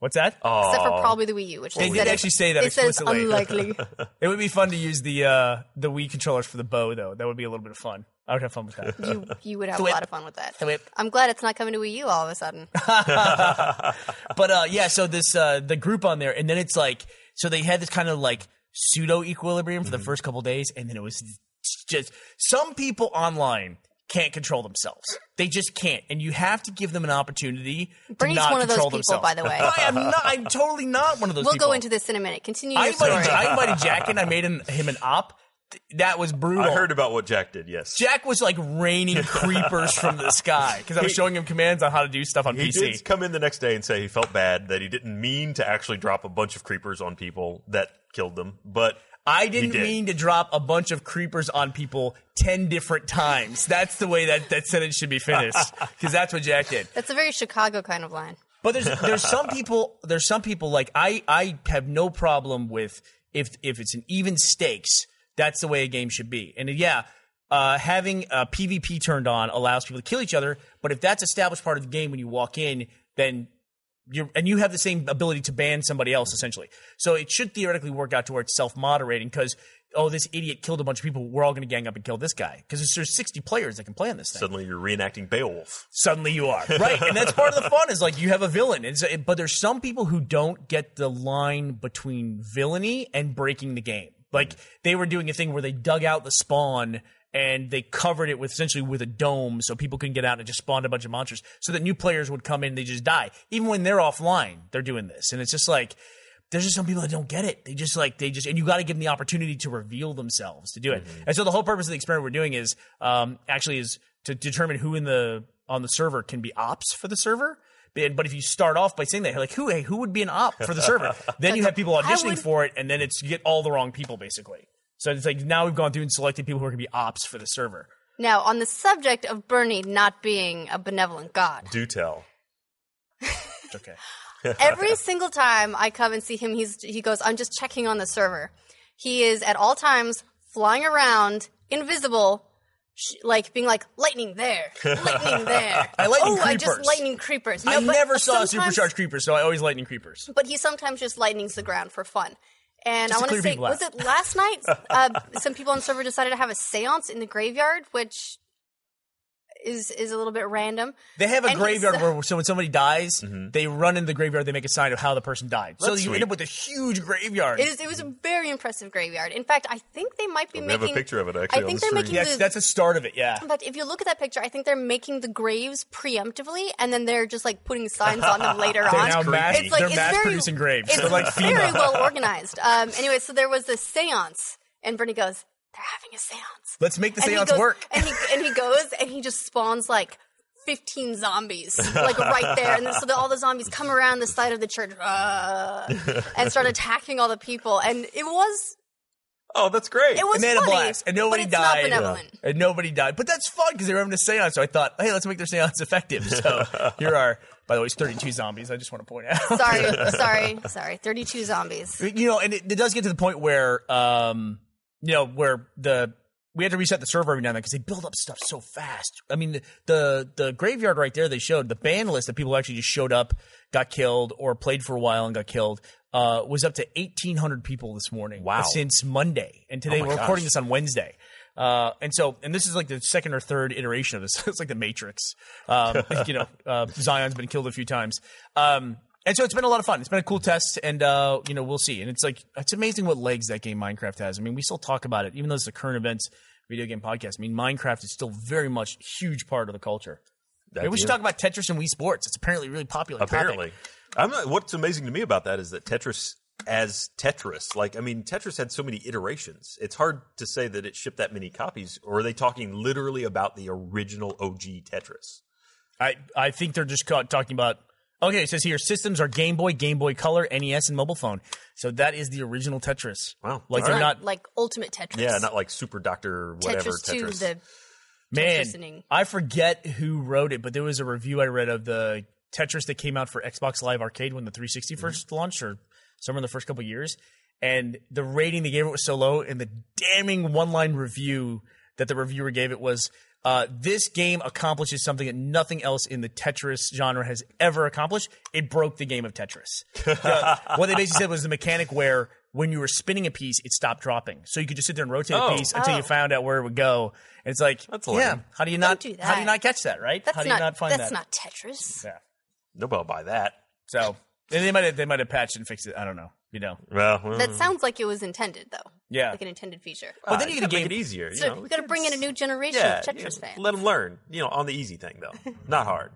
C: What's that?
E: Except for probably the Wii U, which
C: They
E: they
C: did
E: said is-
C: actually say that
E: they said it's
C: explicitly. (laughs)
E: unlikely.
C: It would be fun to use the uh, the Wii controllers for the bow, though. That would be a little bit of fun. I would have fun with
B: (laughs)
C: that.
E: you you would have
C: Thwip.
E: a lot of fun with that.
C: Thwip.
E: I'm glad it's not coming to Wii U all of a
C: (laughs)
E: sudden.
C: but uh, yeah, so this uh, the group on there, and then it's like so they had this kind of like pseudo equilibrium
B: Mm-hmm.
C: for the first couple days, and then it was just some people online can't control themselves. They just can't, and you have to give them an opportunity
E: Bernie's
C: to not
E: one of those
C: control
E: people,
C: themselves.
E: by the way.
C: (laughs) I am not. I'm totally not one of those.
E: We'll
C: people.
E: go into this in a minute. Continue
C: I
E: your story.
C: invited, I invited Jack, and I made him, him an op. Th- That was brutal.
B: I heard about what Jack did. Yes,
C: Jack was like
B: (laughs)
C: raining creepers from the sky because I was showing him commands on how to do stuff on
B: he
C: PC.
B: did come in the next day and say he felt bad that he didn't mean to actually drop a bunch of creepers on people that killed them, but
C: I
B: he
C: didn't
B: did.
C: mean to drop a bunch of creepers on people ten different times. That's the way that that sentence should be finished because that's what Jack did.
E: That's a very Chicago kind of line.
C: But there's there's some people there's some people like I I have no problem with if if it's an even stakes that's the way a game should be and yeah uh, having uh, PvP turned on allows people to kill each other but if that's established part of the game when you walk in then you're and you have the same ability to ban somebody else essentially so it should theoretically work out to where it's self moderating because oh this idiot killed a bunch of people we're all going to gang up and kill this guy because there's 60 players that can play on this thing
B: suddenly you're reenacting Beowulf.
C: suddenly you are (laughs) right and that's part of the fun is like you have a villain it's, it, but there's some people who don't get the line between villainy and breaking the game like they were doing a thing where they dug out the spawn and they covered it with essentially with a dome so people couldn't get out and it just spawned a bunch of monsters so that new players would come in and they just die even when they're offline they're doing this and it's just like there's just some people that don't get it. They just like they just and you got to give them the opportunity to reveal themselves to do it. And so the whole purpose of the experiment we're doing is um, actually is to determine who in the on the server can be ops for the server. But but if you start off by saying that, like who hey, who would be an op for the server? then you have people auditioning
E: would-
C: for it, and then it's you get all the wrong people basically. So it's like now we've gone through and selected people who are going to be ops for the server.
E: Now, on the subject of Bernie not being a
C: (laughs)
E: benevolent god,
B: Do tell.
C: It's okay.
E: every single time I come and see him, he's he goes, "I'm just checking on the server." He is at all times flying around, invisible, sh- like being like lightning there, lightning there.
C: (laughs) I lightning
E: oh, I just
C: creepers.
E: lightning creepers.
C: I
E: No, but
C: never saw a
E: sometimes-
C: supercharged creeper, so I always lightning creepers.
E: but he sometimes just lightnings the ground for fun. And
C: Just to
E: I want
C: clear
E: to say,
C: people out.
E: was it
C: (laughs)
E: last night? Uh, some people on the server decided to have a séance in the graveyard, which is is a little bit random.
C: They have a
E: And
C: graveyard
E: he's-
C: where so when somebody dies, they run in the graveyard, they make a sign of how the person died. so
B: Mm-hmm. That's
C: you
B: sweet.
C: end up with a huge graveyard.
E: It, is, it was a very impressive graveyard. In fact, I think they might be
B: We
E: making.
B: have a picture of it actually
E: I think
B: on
E: they're
B: the
E: making
B: screen.
C: Yes,
E: the-
C: that's a start of it, yeah.
E: In fact, if you look at that picture, I think they're making the graves preemptively, and then they're just like putting signs on them later
C: (laughs) They're
E: on.
C: now mass-
E: it's like
C: they're
E: it's
C: mass
E: very,
C: producing graves.
E: It's
C: They're like
E: very
C: FEMA.
E: well organized. Um, anyway, so there was this séance, and Bernie goes, "They're having a séance."
C: Let's make the
E: And he
C: seance
E: goes-
C: work.
E: And he and he goes and he just spawns like. 15 zombies, like right there. And then, so the, all the zombies come around the side of the church uh, and start attacking all the people. And it was,
B: Oh, that's great.
E: it was
C: And they had a
E: funny,
C: blast, and nobody
E: but it's
C: died.
E: Not benevolent.
C: And nobody died. But that's fun because they were having a seance, so I thought, hey, let's make their seance effective.
B: (laughs)
C: So here are, by the way, it's 32 zombies, I just want to point out. (laughs)
E: Sorry, sorry, sorry. 32 zombies.
C: you know, and it, it does get to the point where, um, you know, where the we had to reset the server every now and then because they build up stuff so fast. I mean, the, the the graveyard right there they showed the ban list that people actually just showed up, got killed, or played for a while and got killed. Uh, was up to eighteen hundred people this morning.
B: Wow.
C: Since Monday, and today
B: Oh my
C: we're recording
B: gosh.
C: this on Wednesday. Uh, and so, and this is like the second or third iteration of this. (laughs) it's like the Matrix.
B: (laughs)
C: Um, you know, uh, Zion's been killed a few times. Um, and so it's been a lot of fun. It's been a cool test, and uh, you know we'll see. And it's like it's amazing what legs that game Minecraft has. I mean, we still talk about it, even though it's a current events video game podcast. I mean, Minecraft is still very much a huge part of the culture.
B: That
C: Maybe we should
B: deal.
C: talk about Tetris and Wii Sports. It's apparently a really popular. topic.
B: apparently. I'm not, what's amazing to me about that is that Tetris as Tetris, like I mean, Tetris had so many iterations. It's hard to say that it shipped that many copies, or are they talking literally about the original OG Tetris?
C: I, I think they're just ca- talking about. Okay, it says here systems are Game Boy, Game Boy Color, NES, and mobile phone. So that is the original Tetris.
B: Wow.
C: like
B: All
C: they're
E: Not,
C: not
E: like Ultimate Tetris.
B: Yeah, not like Super Doctor whatever
E: Tetris
B: Tetris.
E: 2, the
C: Man,
E: Tetrisening.
C: I forget who wrote it, but there was a review I read of the Tetris that came out for Xbox Live Arcade when the 360 first launched, or somewhere in the first couple years. And the rating they gave it was so low, and the damning one-line review that the reviewer gave it was, uh, "This game accomplishes something that nothing else in the Tetris genre has ever accomplished. It broke the game of Tetris." The- what they basically said was the mechanic where when you were spinning a piece, it stopped dropping, so you could just sit there and rotate
B: Oh.
C: a piece until you
E: Oh.
C: found out where it would go. And it's like,
B: That's
C: yeah,
B: lame.
C: how do you not
E: do
C: how do
E: that.
C: you not catch that right?
E: That's
C: how do you
E: not,
C: not, find
E: that's
C: that?
E: not Tetris.
C: yeah.
B: Nobody will buy that.
C: So and they might have, they might have patched and fixed it. I don't know. You know.
B: Well, well,
E: That sounds like it was intended though.
C: Mm. Yeah.
E: like an intended feature.
C: Uh, But then you get a
B: make
C: game.
B: it easier. you
E: so
B: know,
E: we got to bring in a new generation
B: yeah,
E: of Tetris fans.
B: Let them learn. You know, on the easy thing
E: (laughs)
B: though, not hard.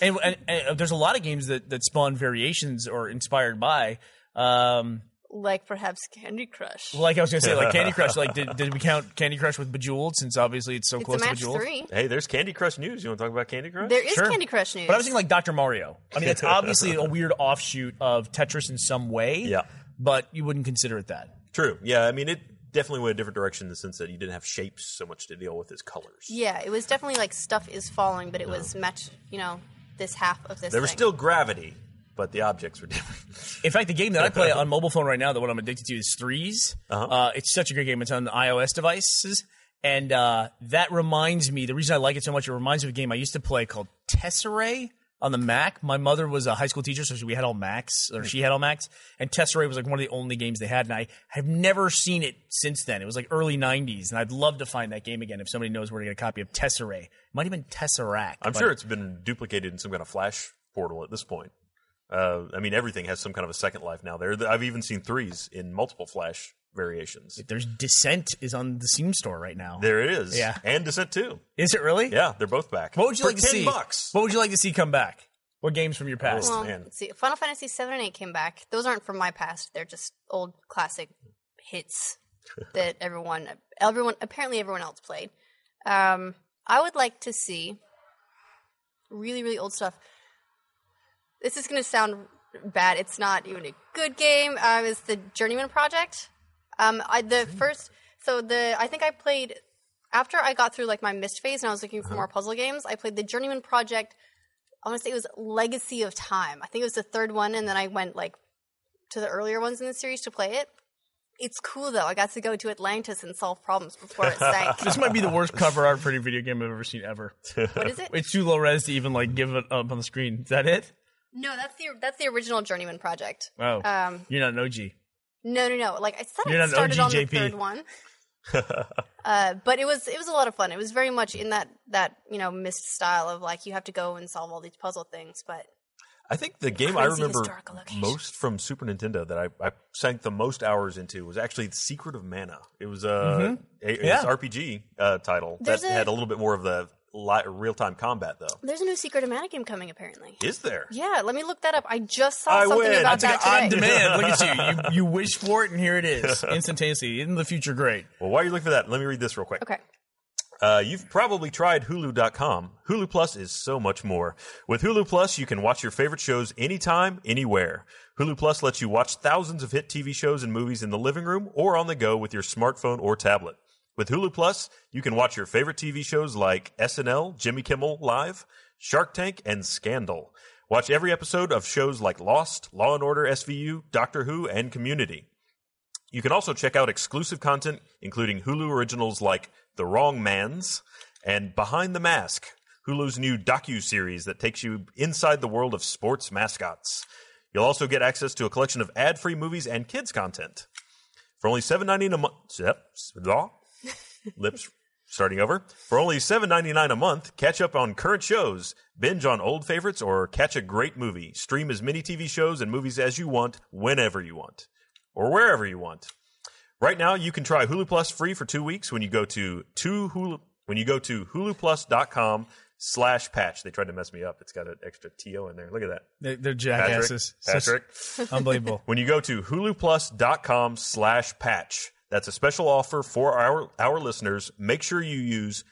C: And, and, and uh, there's a lot of games that that spawn variations or inspired by. Um,
E: like perhaps Candy Crush.
C: like I was gonna say, like Candy Crush. Like, did, did we count Candy Crush with Bejeweled? Since obviously it's so
E: it's a
C: close to
E: match
C: Bejeweled.
E: three.
B: Hey, there's Candy Crush news. You want to talk about Candy Crush?
E: There is
C: Sure.
E: Candy Crush news.
C: But I was thinking like Dr. Mario. I mean,
E: (laughs)
C: it's obviously a weird offshoot of Tetris in some way.
B: Yeah.
C: But you wouldn't consider it that.
B: True. Yeah, I mean, it definitely went a different direction in the sense that you didn't have shapes so much to deal with as colors.
E: yeah, it was definitely like stuff is falling, but it was match. You know, this half of this.
B: There was
E: thing.
B: still gravity, but the objects
C: (laughs)
B: were different.
C: In fact, the game that I play on mobile phone right now, the one I'm addicted to, is 3s Uh-huh. it's such a great game. It's on iOS devices, and uh, that reminds me. The reason I like it so much, it reminds me of a game I used to play called Tesserae on the Mac. My mother was a high school teacher, so we had all Macs, or she had all Macs, and Tesserae was like one of the only games they had, and I have never seen it since then. It was like early '90s, and I'd love to find that game again if somebody knows where to get a copy of Tesserae. It might even Tesseract.
B: I'm
C: but-
B: sure it's been duplicated in some kind of flash portal at this point. Uh, I mean, everything has some kind of a second life now. There, I've even seen threes in multiple flash variations.
C: There's Descent is on the Steam store right now. Is
B: There it is.
C: Yeah.
B: and Descent too.
C: it really?
B: Yeah, they're both back.
C: What would you
B: For
C: like to
B: 10
C: see?
B: Bucks.
C: What would you like to see come back? What games from your past?
B: Oh.
E: Well,
B: man.
E: let's see. Final Fantasy seven and eight came back. Those aren't from my past. They're just old classic
C: (laughs)
E: hits that everyone, everyone, apparently everyone else played. Um, I would like to see really, really old stuff. This is going to sound bad. It's not even a good game. Um, it's the Journeyman Project. Um, I, the first, so the I think I played after I got through like my mist phase and I was looking for
C: Uh-huh.
E: more puzzle games. I played the Journeyman Project. I want to say it was Legacy of Time. I think it was the third one, and then I went like to the earlier ones in the series to play it. It's cool though. I got to go to Atlantis and solve problems before it sank.
C: (laughs) This might be the worst cover art for any video game I've ever seen ever.
E: what is it?
C: It's too low res to even like give it up on the screen. Is that it?
E: No, that's the that's the original Journeyman Project.
C: Oh,
E: Um,
C: you're not an OG.
E: No, no, no. Like I said,
C: You're
E: I
C: not an
E: started
C: OG
E: on the
C: JP.
B: (laughs)
E: third one. uh, but it was it was a lot of fun. It was very much in that that you know missed style of like you have to go and solve all these puzzle things. But
B: I think the game I
E: Crazy
B: remember
E: historical location.
B: most from Super Nintendo that I, I sank the most hours into was actually The Secret of Mana. It was uh, a it was
C: Mm-hmm. Yeah.
B: RPG uh, title
E: There's
B: that
E: a-
B: had a little bit more of the li- real time combat though.
E: there's a new Secret of Mana game coming apparently.
B: Is there?
E: Yeah, let me look that up. I just saw
B: I
E: something
B: win.
E: about
B: That's
C: It's like
E: that
C: on
E: today.
C: demand. Look at
E: (laughs)
C: you. you. You wish for it, and here it is, instantaneously. In the future, great.
B: Well, while you're looking for that, let me read this real quick. (laughs)
E: Okay.
B: Uh, you've probably tried Hulu.com. Hulu Plus is so much more. With Hulu Plus, you can watch your favorite shows anytime, anywhere. Hulu Plus lets you watch thousands of hit TV shows and movies in the living room or on the go with your smartphone or tablet. With Hulu Plus, you can watch your favorite TV shows like SNL, Jimmy Kimmel Live, Shark Tank, and Scandal. Watch every episode of shows like Lost, Law and Order SVU, Doctor Who, and Community. You can also check out exclusive content, including Hulu originals like The Wrong Man's and Behind the Mask, Hulu's new docu-series that takes you inside the world of sports mascots. You'll also get access to a collection of ad-free movies and kids content. For only seven ninety nine a month, lips starting over. For only seven ninety nine a month, catch up on current shows, binge on old favorites, or catch a great movie. Stream as many TV shows and movies as you want, whenever you want or wherever you want. Right now, you can try Hulu Plus free for two weeks when you go to two Hulu when you go to huluplus.com slash patch. They tried to mess me up. It's got an extra to in there. Look at that,
C: They're, they're
B: Patrick.
C: jackasses.
B: Patrick. (laughs)
C: Unbelievable.
B: When you go to huluplus.com slash patch, that's a special offer for our, our listeners. Make sure you use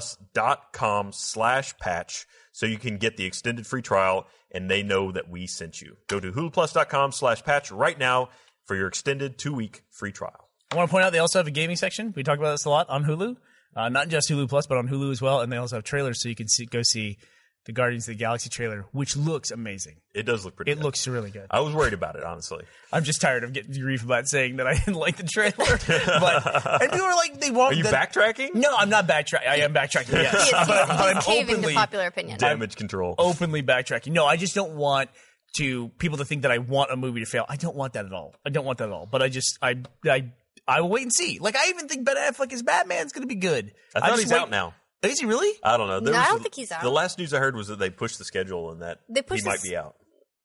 B: huluplus.com slash patch so you can get the extended free trial and they know that we sent you. Go to huluplus.com slash patch right now for your extended two week free trial.
C: I want to point out they also have a gaming section. We talk about this a lot on Hulu. uh, not just Hulu Plus, but on Hulu as well. And they also have trailers, so you can see, go see the Guardians of the Galaxy trailer, which looks amazing.
B: It does look pretty.
C: It
B: good.
C: looks really good.
B: I was worried about it honestly.
C: I'm just tired of getting grief about saying that I didn't like the
B: (laughs)
C: trailer, but and people are like, they want.
B: Are you
C: that-
B: backtracking?
C: No, I'm not backtracking. I am backtracking.
B: (laughs)
E: He
C: Yes,
E: is, he's,
C: but
E: he's
C: I'm
E: caving
C: openly
E: to popular opinion.
B: Damage control.
C: openly backtracking. No, I just don't want to people to think that I want a movie to fail. I don't want that at all. I don't want that at all. But I just I I I will wait and see. Like I even think Ben Affleck as Batman's going to be good.
B: I thought
C: just
B: he's
C: wait-
B: out now.
C: Is he really?
B: I don't know. There
E: No, I
B: was-
E: don't think he's out.
B: The last news I heard was that they pushed the schedule and that
E: They pushed
B: he might
E: his-
B: be out.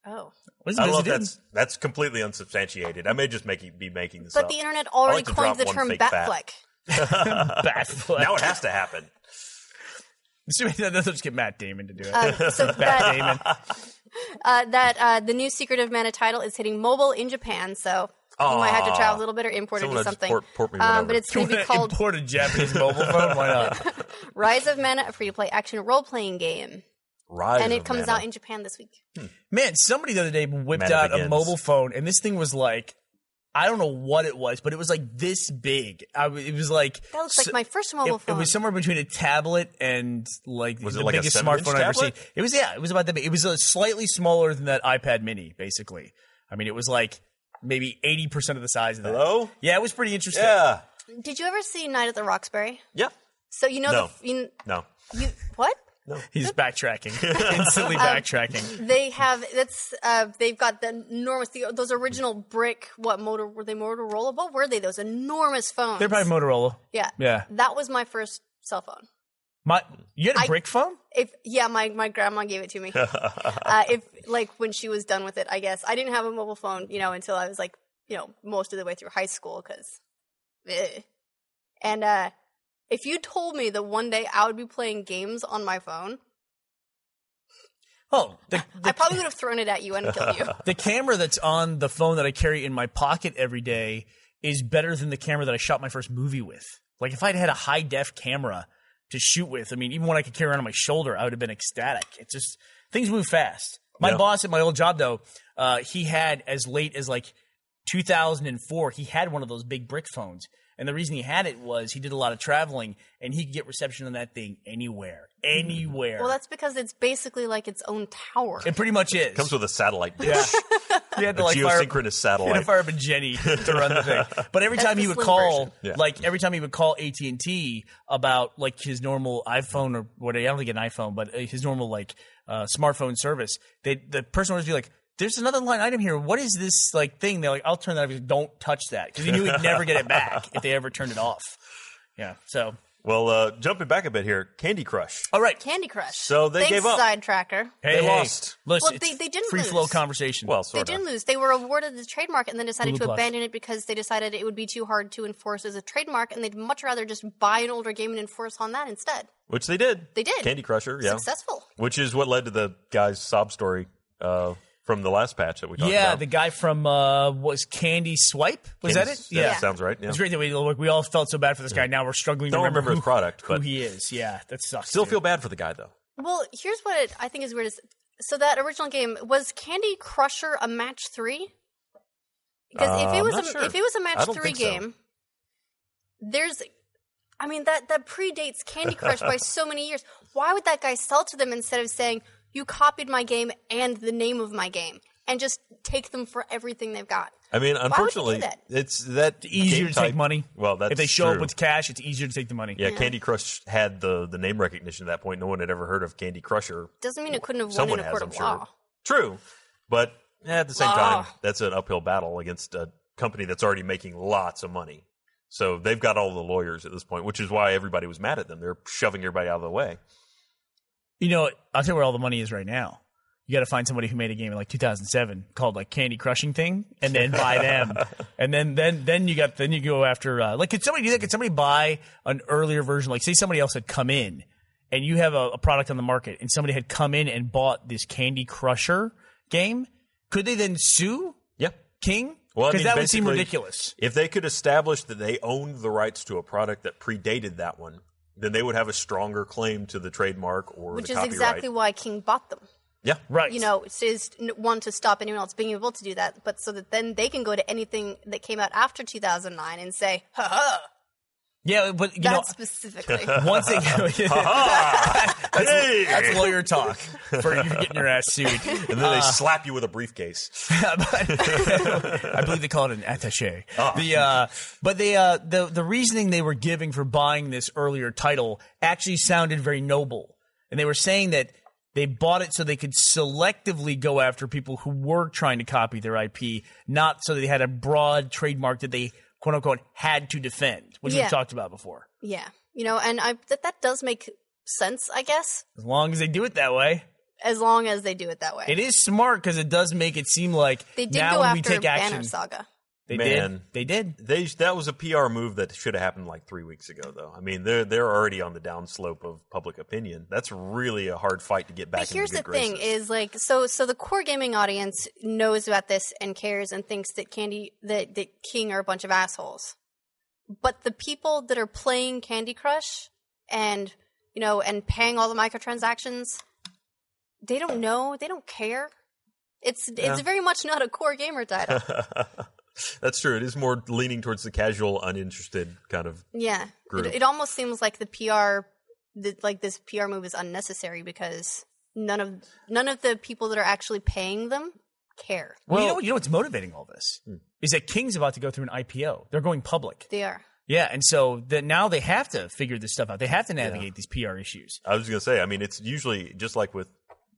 E: Oh.
C: What is
B: I
C: it?
B: don't know if
C: Is it in?
B: that's that's completely unsubstantiated. I may just make be making this
E: But
B: up.
E: the internet
B: I
E: already
B: like to
E: coined
B: drop
E: the
B: one
E: term
B: fake fact. (laughs)
E: Batfleck.
C: Batfleck.
B: now it has to happen.
C: Assuming that- Let's (laughs) just get Matt Damon to do it.
B: (laughs)
E: Um, so
C: Matt
E: that,
C: Damon.
E: uh, that uh, the new Secret of Mana title is hitting mobile in Japan, so you might have to
B: Aw.
E: travel a little bit or import it
B: Someone
E: or
B: just
E: something.
B: port- port me one
E: um,
B: over.
E: but
C: You
B: (laughs)
E: it's going to be
C: wanna
E: called
C: import a Japanese mobile phone? Why not?
E: Rise of Mana, a free-to-play action role-playing game,
B: Rise
E: and it
B: of
E: comes
B: Mana.
E: out in Japan this week.
C: Man, somebody the other day whipped
B: Matter
C: out a
B: begins.
C: mobile phone, and this thing was like, I don't know what it was, but it was like this big. I w it was like
E: That looks
C: so-
E: like my first
C: it,
E: mobile
C: it
E: phone.
C: was somewhere between a tablet and like
B: Was
C: the
B: it like a
C: biggest
B: 7-inch
C: smartphone I've ever seen.
B: tablet?
C: It was yeah, it was about that big. It was uh, slightly smaller than that iPad Mini, basically. I mean, it was like maybe eighty percent of the size of that.
B: Hello?
C: Yeah, it was pretty interesting.
B: Yeah.
E: Did you ever see Night at the Roxbury?
B: Yeah.
E: So you know
B: No.
E: the you,
B: No.
E: you what?
C: He's
E: (laughs)
C: backtracking,
E: Um,
C: instantly backtracking.
E: They have that's uh, they've got the enormous the, those original brick what motor were they Motorola what were they those enormous phones
C: They're probably Motorola.
E: yeah
C: Yeah.
E: that was my first cell phone
C: My, you had a
E: I-
C: brick phone?
E: if yeah my, my grandma gave it
B: (laughs)
E: to me uh, if like when she was done with it I guess I didn't have a mobile phone you know until I was like you know most of the way through high school because and uh, if you told me that one day I would be playing games on my phone
C: Oh, the,
E: I probably would have thrown it at you and
B: (laughs)
E: killed you.
C: the camera that's on the phone that I carry in my pocket every day is better than the camera that I shot my first movie with. Like if I'd had a high def camera to shoot with, I mean, even when I could carry around on my shoulder, I would have been ecstatic. It's just things move fast. My
B: Yeah.
C: boss at my old job, though, uh, he had as late as like 2004, he had one of those big brick phones. And the reason he had it was he did a lot of traveling and he could get reception on that thing anywhere,
B: Hmm.
C: anywhere.
E: Well, that's because it's basically like its own tower.
C: it pretty much is.
B: Comes with a satellite dish.
C: yeah. (laughs) You had to,
B: (laughs) A
C: like, fire up-
B: geosynchronous
C: You had to
B: satellite.
C: fire up a Jenny to run the thing. But every
E: (laughs) That's
C: time
E: the
C: he would
E: slim
C: call,
E: version.
B: Yeah.
C: like every time he would call AT and T about like his normal iPhone or what I don't think an iPhone, but uh, his normal like uh, smartphone service, they the person would just be like. There's another line item here. What is this like thing? They're like, I'll turn that off. He's like, Don't touch that because he knew he'd never get it back if they ever turned it off. Yeah. So,
B: Well, uh, jumping back a bit here, Candy Crush.
C: all right.
E: Candy Crush.
B: So they
E: Thanks,
B: gave up.
E: Sidetracker.
C: Hey, hey,
B: lost.
C: Listen,
E: Well, they-
C: it's
E: they didn't
C: free flow
E: lose.
C: conversation.
B: Well,
E: They
B: sort
E: did
B: of.
E: lose. They were awarded the trademark and then decided
C: Hulu
E: to
C: Plus.
E: abandon it because they decided it would be too hard to enforce as a trademark, and they'd much rather just buy an older game and enforce on that instead.
B: Which they did.
E: They did.
B: Candy Crusher, yeah.
E: Successful.
B: Which is what led to the guy's sob story uh, from the last patch that we talked
C: yeah,
B: about.
C: the guy from uh, was Candy Swipe. Was that it?
B: Candy's- Sounds right. Yeah.
C: It's great that we look, we all felt so bad for this guy. Now we're struggling
B: Don't
C: to remember,
B: remember his
C: who,
B: product,
C: who
B: but
C: he is. Yeah, that sucks.
B: still
C: dude.
B: feel bad for the guy though.
E: Well, here's what it, I think is weird: is so that original game was Candy Crusher a match three? Because
B: Uh,
E: if
B: I'm
E: it was
B: not
E: a,
B: sure.
E: if it was a
B: I
E: match
B: don't
E: three
B: think so.
E: game, there's, I mean that that predates Candy Crush by so many years. Why would that guy sell to them instead of saying you copied my game and the name of my game and just take them for everything they've got?
B: I mean,
E: do
B: unfortunately,
E: that?
B: it's that
C: easier
B: game
C: to
B: type-
C: take money.
B: Well, that's
C: if they show
B: true.
C: up with cash, it's easier to take the money.
B: yeah, Candy Crush had the the name recognition at that point. No one had ever heard of Candy Crusher.
E: Doesn't mean it couldn't have won
B: Someone
E: in a
B: has,
E: court
B: I'm
E: of
B: sure.
E: law.
B: True, but at the same
E: Law.
B: time, that's an uphill battle against a company that's already making lots of money. So they've got all the lawyers at this point, which is why everybody was mad at them. They're shoving everybody out of the way.
C: You know, I'll tell you where all the money is right now. You got to find somebody who made a game in like 2007 called like Candy Crushing Thing, and then buy them,
B: (laughs)
C: and then then then you got then you go after uh, like could somebody do that? Could somebody buy an earlier version? Like say somebody else had come in, and you have a, a product on the market, and somebody had come in and bought this Candy Crusher game. Could they then sue
B: Yeah.
C: King?
B: Well, I
C: because
B: mean,
C: that would seem
B: basically-
C: ridiculous.
B: If they could establish that they owned the rights to a product that predated that one, then they would have a stronger claim to the trademark or
E: Which
B: the
E: is
B: copyright.
E: exactly why King bought them.
B: yeah,
C: Right.
E: You know, it's- is n- one to stop anyone else being able to do that, but so that then they can go to anything that came out after 2009 and say, "Ha ha,
C: Yeah, but you
E: That
C: know, (laughs)
E: specifically.
C: one
B: (laughs)
C: thing. that's,
B: Hey!
C: that's lawyer talk for you getting your ass sued.
B: (laughs) And then they
C: Uh.
B: slap you with a briefcase.
C: I believe they call it an attaché. The uh, but they uh, the the reasoning they were giving for buying this earlier title actually sounded very noble, and they were saying that they bought it so they could selectively go after people who were trying to copy their IP, not so they had a broad trademark that they quote unquote had to defend, which
E: Yeah.
C: we've talked about before.
E: yeah, you know, and I that that does make sense, I guess,
C: As long as they do it that way,
E: as long as they do it that way.
C: it is smart because it does make it seem like
E: They did
C: now
E: go
C: when
E: after
C: we take
E: Banner
C: action,
E: Saga.
C: they did,
B: Man.
C: they did.
B: They, that was a PR move that should have happened like three weeks ago, though. I mean, they're they're already on the downslope of public opinion. That's really a hard fight to get back.
E: But here's
B: in
E: the
B: good
E: thing:
B: graces.
E: is like so. So the core gaming audience knows about this and cares and thinks that Candy that that King are a bunch of assholes. But the people that are playing Candy Crush and you know and paying all the microtransactions, they don't know. They don't care. It's it's very much not a core gamer
B: (laughs)
E: title.
B: that's true. It is more leaning towards the casual, uninterested kind of.
E: yeah,
B: Group.
E: it, it almost seems like the PR, that like this PR move is unnecessary because none of none of the people that are actually paying them care.
C: Well, you know, you know what's motivating all this is that King's about to go through an IPO. They're going public.
E: They are.
C: Yeah, and so that now they have to figure this stuff out. They have to navigate these PR issues.
B: I was going to say. I mean, it's usually just like with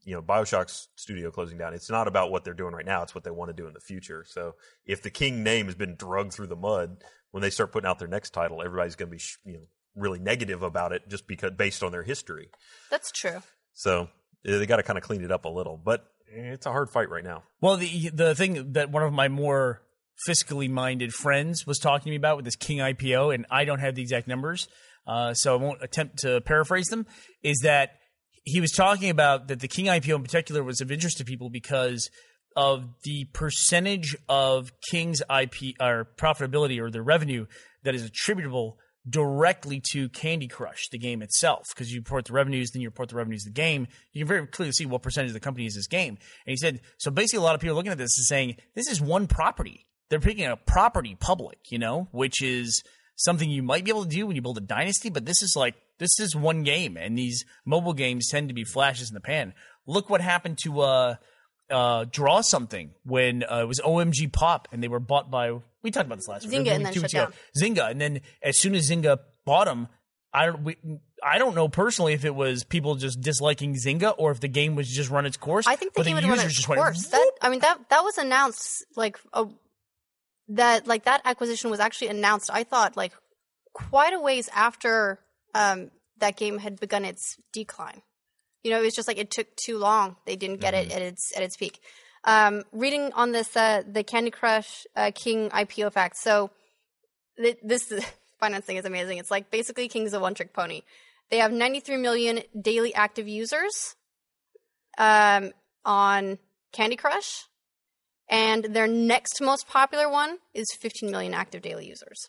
B: you know Bioshock's studio closing down. It's not about what they're doing right now. It's what they want to do in the future. So if the King name has been drugged through the mud, when they start putting out their next title, everybody's going to be sh- you know really negative about it just because based on their history.
E: That's true.
B: So eh, they got to kind of clean it up a little, but eh, it's a hard fight right now.
C: Well, the the thing that one of my more fiscally minded friends was talking to me about with this King IPO, and I don't have the exact numbers, uh, so I won't attempt to paraphrase them. Is that he was talking about that the King IPO in particular was of interest to people because of the percentage of King's IP or profitability or their revenue that is attributable directly to Candy Crush, the game itself, because you report the revenues, then you report the revenues of the game. You can very clearly see what percentage of the company is this game. And he said, so basically, a lot of people looking at this is saying this is one property. They're picking a property public, you know, which is something you might be able to do when you build a dynasty, but this is like this is one game, and these mobile games tend to be flashes in the pan. Look what happened to uh, uh, Draw Something when uh, it was OMG Pop, and they were bought by we talked about this last week,
E: Zynga
C: maybe
E: and then
C: two weeks
E: shut
C: ago. Zynga, and then as soon as Zynga bought them, I don't we, I don't know personally if it was people just disliking Zynga or if the game was just run its course.
E: I think the
C: but
E: game
C: the
E: would
C: users
E: run its
C: just Went,
E: course. That I mean that that was announced like a, that like that acquisition was actually announced. I thought like quite a ways after um, that game had begun its decline. You know, it was just like it took too long. They didn't get
C: Mm-hmm.
E: it at its at its peak. Um, reading on this uh, the Candy Crush uh, King IPO facts. So th- this (laughs) finance thing is amazing. It's like basically King's a one trick pony. They have 93 million daily active users um, on Candy Crush, and their next most popular one is 15 million active daily users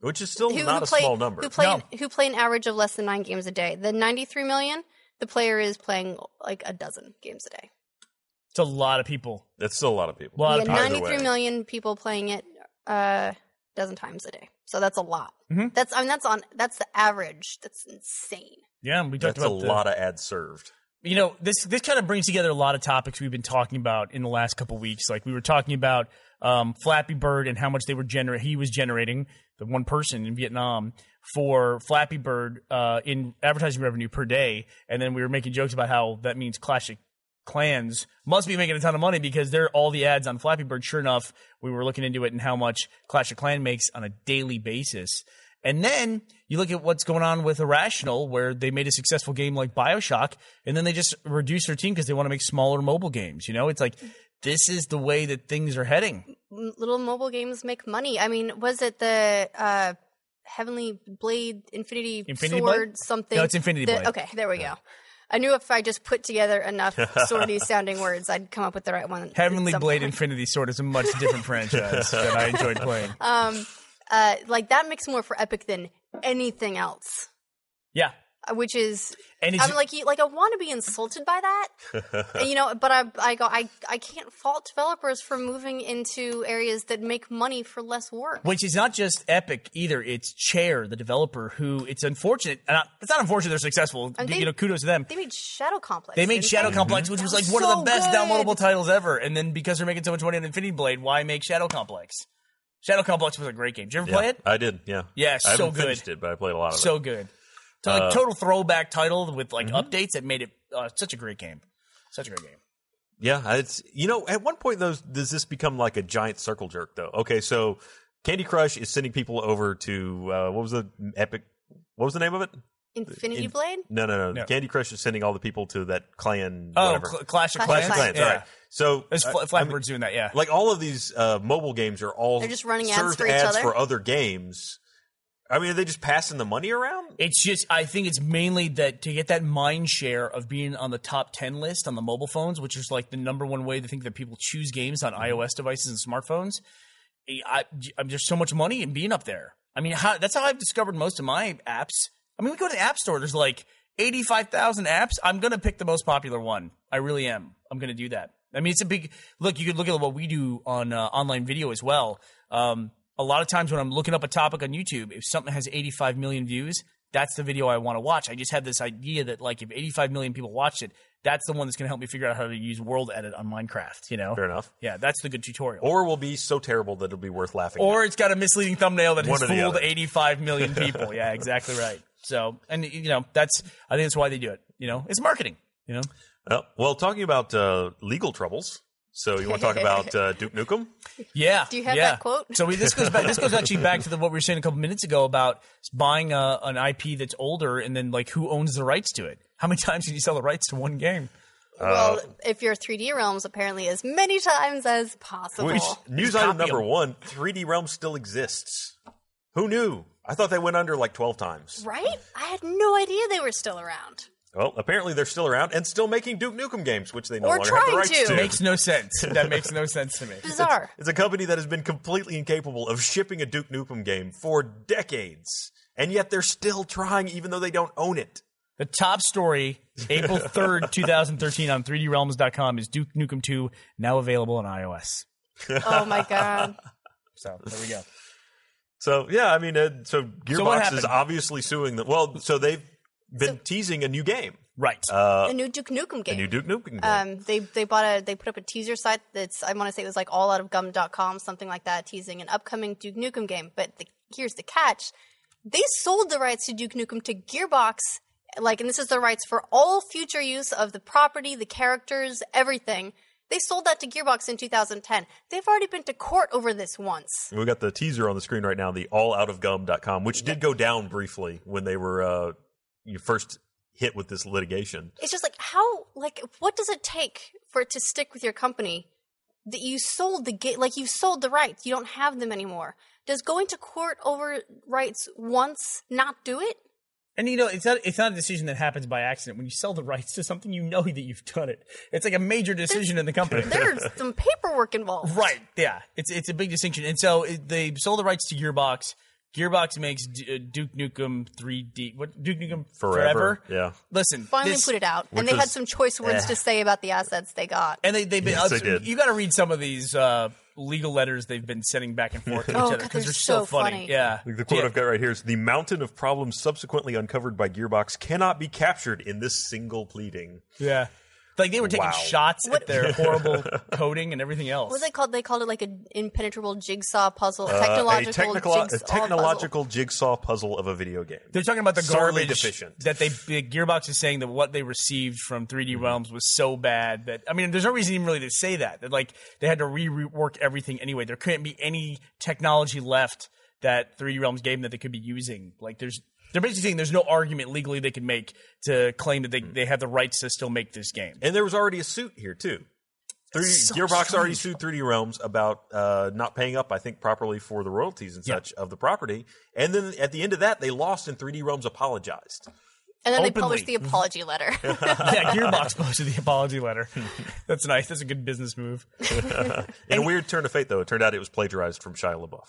B: Which is still
E: who,
B: not
E: who
B: a
E: play,
B: small number.
E: Who play, who play an average of less than nine games a day. The 93 million, the player is playing like a dozen games a day.
C: it's a lot of people.
B: That's still a lot of people.
C: A lot
E: Yeah,
C: of
B: Either
C: people.
E: 93
B: way.
E: million people playing it a dozen times a day. So that's a lot.
B: Mm-hmm.
E: That's I mean that's on that's the average. That's insane.
C: Yeah, we talked
B: That's a
C: about the-
B: lot of ads served.
C: you know this this kind of brings together a lot of topics we've been talking about in the last couple weeks like we were talking about um, flappy bird and how much they were gener- he was generating the one person in vietnam for flappy bird uh, in advertising revenue per day and then we were making jokes about how that means clash of clans must be making a ton of money because they're all the ads on flappy bird sure enough we were looking into it and how much clash of clan makes on a daily basis and then you look at what's going on with Irrational, where they made a successful game like Bioshock, and then they just reduce their team because they want to make smaller mobile games. You know, it's like this is the way that things are heading.
E: M- Little mobile games make money. I mean, was it the uh, Heavenly Blade Infinity,
C: Infinity
E: Sword
C: Blade?
E: something?
C: No, it's Infinity
E: The-
C: Blade.
E: Okay, there we go. I knew if I just put together enough
C: (laughs)
E: sorty sounding words, I'd come up with the right one. at
C: Heavenly
E: some
C: Blade
E: point.
C: Infinity Sword is a much different franchise that I enjoyed playing.
E: um, uh, like that makes more for Epic than anything else.
C: Yeah.
E: which is
C: And it's-
E: I'm like you, like I want to be insulted by that,
C: (laughs)
E: you know. But I I go I I can't fault developers for moving into areas that make money for less work.
C: Which is not just Epic either. It's Chair, the developer, who it's unfortunate. and I- It's not unfortunate they're successful.
E: And
C: you know, kudos to them.
E: They made Shadow Complex.
C: They made
E: didn't
C: Shadow Complex, which was like one of the
E: so
C: best
E: good.
C: downloadable titles ever. And then because they're making so much money on Infinity Blade, why make Shadow Complex? Shadow Complex was a great game. Did you ever
B: (laughs) Yeah,
C: play it?
B: I did. Yeah.
C: Yeah,
B: I haven't
C: so good.
B: finished it, but I played a lot of it. Uh, mm-hmm.
C: so good. To, like, total throwback title with like updates that made it uh, such a great game. Such a great game.
B: Yeah, it's you know, at one point though, does this become like a giant circle jerk though? Okay, so Candy Crush is sending people over to uh, what was the epic? What was the name of it?
E: Infinity
B: In-
E: Blade.
B: No, no, no,
C: No.
B: Candy Crush is sending all the people to that clan.
C: Oh,
B: whatever.
C: Cl- Clash of
E: Clash
C: Clans.
E: of
B: Clash of Clans.
C: Yeah.
B: All right. So uh,
C: There's Fla-
B: I- I mean,
C: Flatbird's doing that. Yeah.
B: like all of these uh, mobile games are all
E: They're just running ads
B: served
E: for each
B: ads
E: other.
B: for other games. I mean, are they just passing the money around?
C: It's just I think it's mainly that to get that mind share of being on the top ten list on the mobile phones, which is like the number one way to think that people choose games on iOS devices and smartphones. I, I, there's so much money in being up there. I mean, how, that's how I've discovered most of my apps. I mean, we go to the app store. There's like eighty five thousand apps. I'm gonna pick the most popular one. I really am. I'm gonna do that. I mean, it's a big look. You could look at what we do on uh, online video as well. Um, a lot of times when I'm looking up a topic on YouTube, if something has 85 million views, that's the video I want to watch. I just had this idea that like if 85 million people watched it, that's the one that's gonna help me figure out how to use World Edit on Minecraft. You know?
B: Fair enough.
C: Yeah, that's the good tutorial.
B: Or will be so terrible that it'll be worth laughing. at?
C: Or it's got a misleading thumbnail that
B: One
C: has
B: or the
C: fooled
B: other.
C: 85 (laughs) million people. yeah, exactly right. So, and you know, that's I think that's why they do it. You know, it's marketing. You know,
B: Uh, well, talking about uh, legal troubles. So you want to
E: (laughs)
B: talk about uh, Duke Nukem?
C: yeah.
E: Do you have
C: yeah.
E: that quote?
C: So we, this goes back. This goes actually back to the, what we were saying a couple minutes ago about buying uh an IP that's older and then like who owns the rights to it. How many (laughs) times did you sell the rights to one game?
B: uh,
E: well, if you're 3D Realms, apparently as many times as possible.
B: Which news item
C: copy
B: number
C: 'em.
B: one: 3D Realm still exists. Who knew? I thought they went under like 12 times.
E: right? I had no idea they were still around.
B: Well, apparently they're still around and still making Duke Nukem games, which they no
E: Or
B: longer have the
E: trying
B: rights to.
E: to.
C: Makes no sense. That makes no sense to me.
B: (laughs)
E: Bizarre.
B: It's a company that has been completely incapable of shipping a Duke Nukem game for decades, and yet they're still trying, even though they don't own it.
C: The top story, April 3rd, 2013, on 3DRealms.com is Duke Nukem 2 now available on iOS.
E: oh my god.
C: So there we go.
B: So yeah, I mean, uh, so Gearbox
C: happened?
B: is obviously suing them. Well, so they've been teasing a new game,
C: Right.
E: a new Duke Nukem game.
B: a Uh, new Duke Nukem game.
E: um, they they bought a they put up a teaser site that's I want to say it was like all out of gum.com something like that teasing an upcoming Duke Nukem game. But the, here's the catch: they sold the rights to Duke Nukem to Gearbox, like, and this is the rights for all future use of the property, the characters, everything. They sold that to Gearbox in 2010. They've already been to court over this once.
B: We got the teaser on the screen right now, the alloutofgum.com, which did go down briefly when they were uh, you first hit with this litigation.
E: It's just like how like what does it take for it to stick with your company that you sold the ga- like you sold the rights you don't have them anymore. Does going to court over rights once not do it?
C: And you know, it's not it's not a decision that happens by accident. When you sell the rights to something, you know that you've done it. It's like a major decision in the company.
B: (laughs)
E: There's some paperwork
C: (laughs)
E: involved.
C: right. Yeah. It's it's a big distinction. And so it, they sold the rights to Gearbox. Gearbox makes D- uh, Duke Nukem 3D. What Duke Nukem
B: Forever, yeah.
C: Listen.
E: Finally
C: this-
E: put it out,
B: which
E: and they had
B: is- eh.
E: some choice words to say about the assets they got.
C: And they they've been.
B: Yes, they
C: uh,
B: did.
C: You got to read some of these uh, legal letters they've been sending back and
E: (laughs)
C: forth to
E: Oh,
C: each other
E: God,
C: because
E: they're
C: so
E: so
C: funny.
E: funny.
C: Yeah.
B: The quote
C: Yeah.
B: I've got right here is The mountain of problems subsequently uncovered by Gearbox cannot be captured in this single pleading.
C: Yeah. Like they were taking
B: Wow.
C: shots at
B: (laughs)
C: their horrible coding and everything else.
E: What was it called? They called it like an impenetrable jigsaw puzzle,
B: Uh,
E: technological
B: a, technico-
E: jigsaw
B: a technological jigsaw puzzle of a video game.
C: They're talking about the
B: Sorely
C: garbage
B: deficient.
C: that they the Gearbox is saying that what they received from 3D Realms was so bad that I mean, there's no reason even really to say that. That like they had to rework everything anyway. There couldn't be any technology left that 3D Realms gave them that they could be using. Like there's they're basically saying there's no argument legally they could make to claim that they, they have the rights to still make this
B: (laughs)
C: game. (laughs)
B: and there was already a suit here, too. 3D, Gearbox already sued 3D Realms about uh, not paying up, I think, properly for the royalties and
C: Yeah.
B: such of the property. And then at the end of that, they lost, and 3D Realms apologized.
E: and then they
C: openly.
E: published the
B: Mm-hmm. (laughs)
E: apology letter.
C: yeah, Gearbox posted the apology letter. That's nice. That's a good business move.
B: In a weird turn of fate, though, it turned out it was plagiarized from Shia LaBeouf.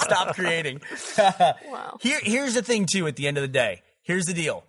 C: Stop creating.
E: wow.
C: Here, here's the thing too. At the end of the day, Here's the deal.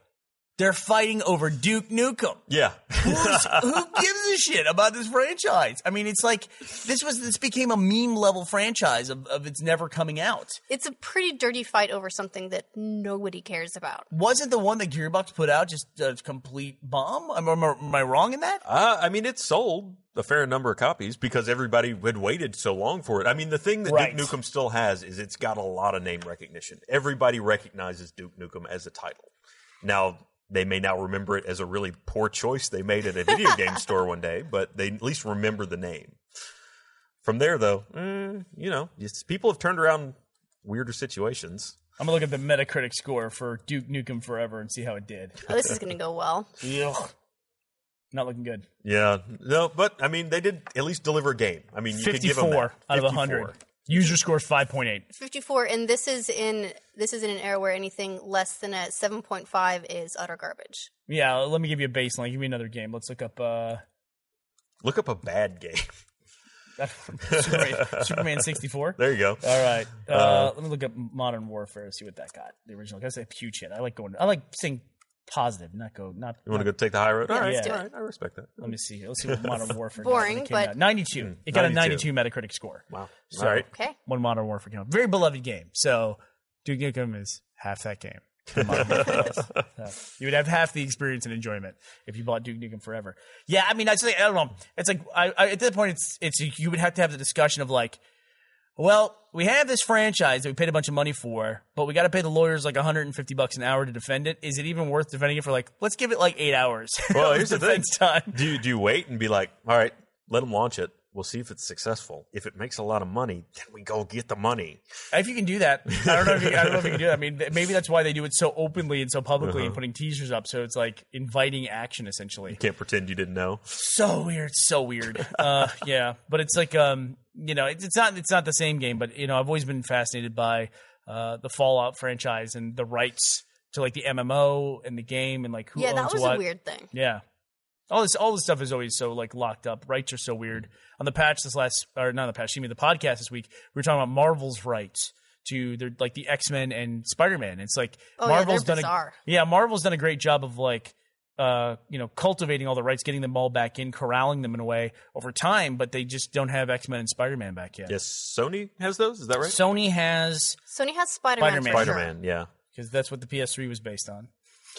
C: They're fighting over Duke (laughs) Nukem.
B: Yeah. (laughs)
C: Who's- who gives a shit about this franchise? I mean, it's like this was this became a meme level franchise of, of its never coming out.
E: It's a pretty dirty fight over something that nobody cares about.
C: Wasn't the one that Gearbox put out just a complete bomb? Am, am, am I wrong in that?
B: Uh, I mean, it sold a fair number of copies because everybody had waited so long for it. I mean, the thing that
C: Right.
B: Duke Nukem still has is it's got a lot of name recognition. Everybody recognizes Duke Nukem as a title. Now, they may now remember it as a really poor choice they made at a
C: (laughs)
B: video game store one day, but they at least remember the name. From there, though, eh, you know, it's, people have turned around weirder situations.
C: I'm gonna look at the Metacritic score for Duke Nukem Forever and see how it did.
E: Oh, this is going to go well.
C: Not looking good.
B: Yeah, no, but I mean, they did at least deliver a game. I mean, you could give them
C: 54
B: that.
C: out of
B: 54.
C: 100. User score 5.8.
E: 54 and this is in this is in an era where anything less than a 7.5 is utter garbage.
C: Yeah, let me give you a baseline. Give me another game. Let's look up uh,
B: Look up a bad game.
C: (laughs) Superman, Superman 64.
B: There you go.
C: All right. Uh, let me look up Modern Warfare. See what that got. The original. That's a huge hit. I like going. I like saying positive, not go. Not.
B: You want to go take the high road? all right,
C: let's do
B: all
E: it.
B: right, I respect that.
C: Let me see. here. Let's see what
B: (laughs)
C: Modern Warfare. got
E: Boring,
C: when it came
E: but-
C: out. 92. it got
B: 92.
C: a 92 Metacritic score.
B: Wow.
C: So-
B: all right.
E: Okay.
C: When Modern Warfare came out, very beloved game. So Duke Nukem is half that game.
B: (laughs)
C: Modern Warfare was. So you would have half the experience and enjoyment if you bought Duke Nukem Forever. Yeah, I mean, I, say, I don't know. It's like I, I, at that point, it's it's you would have to have the discussion of like, Well, we have this franchise that we paid a bunch of money for, but we got to pay the lawyers like 150 bucks an hour to defend it. Is it even worth defending it for like let's give it like 8 hours? (laughs)
B: Well,
C: of
B: here's the thing.
C: defense time.
B: Do you, do you wait and be like, all right, let them launch it. We'll see if it's successful. If it makes a lot of money, then we go get the money.
C: If you can do that, I don't know if you, I don't know if you can do that. I mean, th- maybe that's why they do it so openly and so publicly and putting teasers up so it's like inviting action essentially.
B: Can't pretend you didn't know.
C: So weird, so weird. (laughs) Uh yeah, but it's like um, you know, it's, it's not it's not the same game, but you know, I've always been fascinated by uh the Fallout franchise and the rights to like the MMO and the game and like who
E: Yeah,
C: owns
E: that was
C: what.
E: a weird thing.
C: Yeah. All this all this stuff is always so like locked up. Rights are so weird. On the patch this last or not on the patch, excuse me, the podcast this week, we were talking about Marvel's rights to their like the X Men and Spider Man. It's like
E: Oh, yeah,
C: Marvel's
E: they're
C: done
E: bizarre.
C: a Yeah, Marvel's done a great job of like uh, you know, cultivating all the rights, getting them all back in, corralling them in a way over time, but they just don't have X Men and Spider Man back yet.
B: Yes, Sony has those. Is that right?
C: Sony has
E: Sony has Spider-Man.
C: Spider-Man.
E: for sure.
B: Spider Man. Yeah.
C: because that's what the PS3 was based on.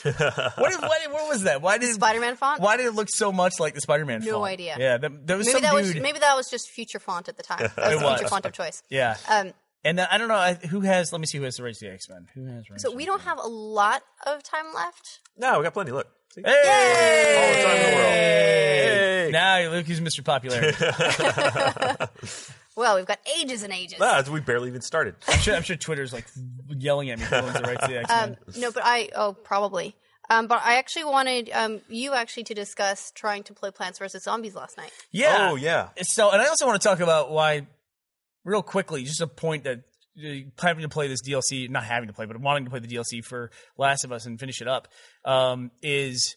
C: what, if, what, if- what was that? Why did
E: Spider-Man font?
C: Why did it look so much like the Spider-Man?
E: No
C: font?
E: idea.
C: Yeah, th- there was
E: Maybe
C: some
E: that was
C: dude.
E: maybe that was just future font at
C: (laughs)
E: the time. That was
C: It
E: the future
C: was.
E: font of choice.
C: yeah,
E: Um,
C: and then, I don't know I, who has. Let me see who has the rights to the X Men. Who has rights?
E: so we don't have a lot of time left.
B: No, we got plenty. Look. See?
C: hey!
B: All the time in the world. Hey!
C: Now Luke is Mr. Popularity.
E: Well, we've got ages and ages.
B: Ah, we barely even started.
C: I'm, sure, I'm sure Twitter's like yelling at me. Who owns the rights to
E: (laughs)
C: the X Men?
E: Um, no, but I oh probably. Um, but I actually wanted um, you actually to discuss trying to play Plants vs Zombies last night.
C: yeah.
B: Oh, yeah.
C: So, and I also want to talk about why, real quickly, just a point that uh, having to play this DLC, not having to play, but wanting to play the DLC for Last of Us and finish it up, um, is.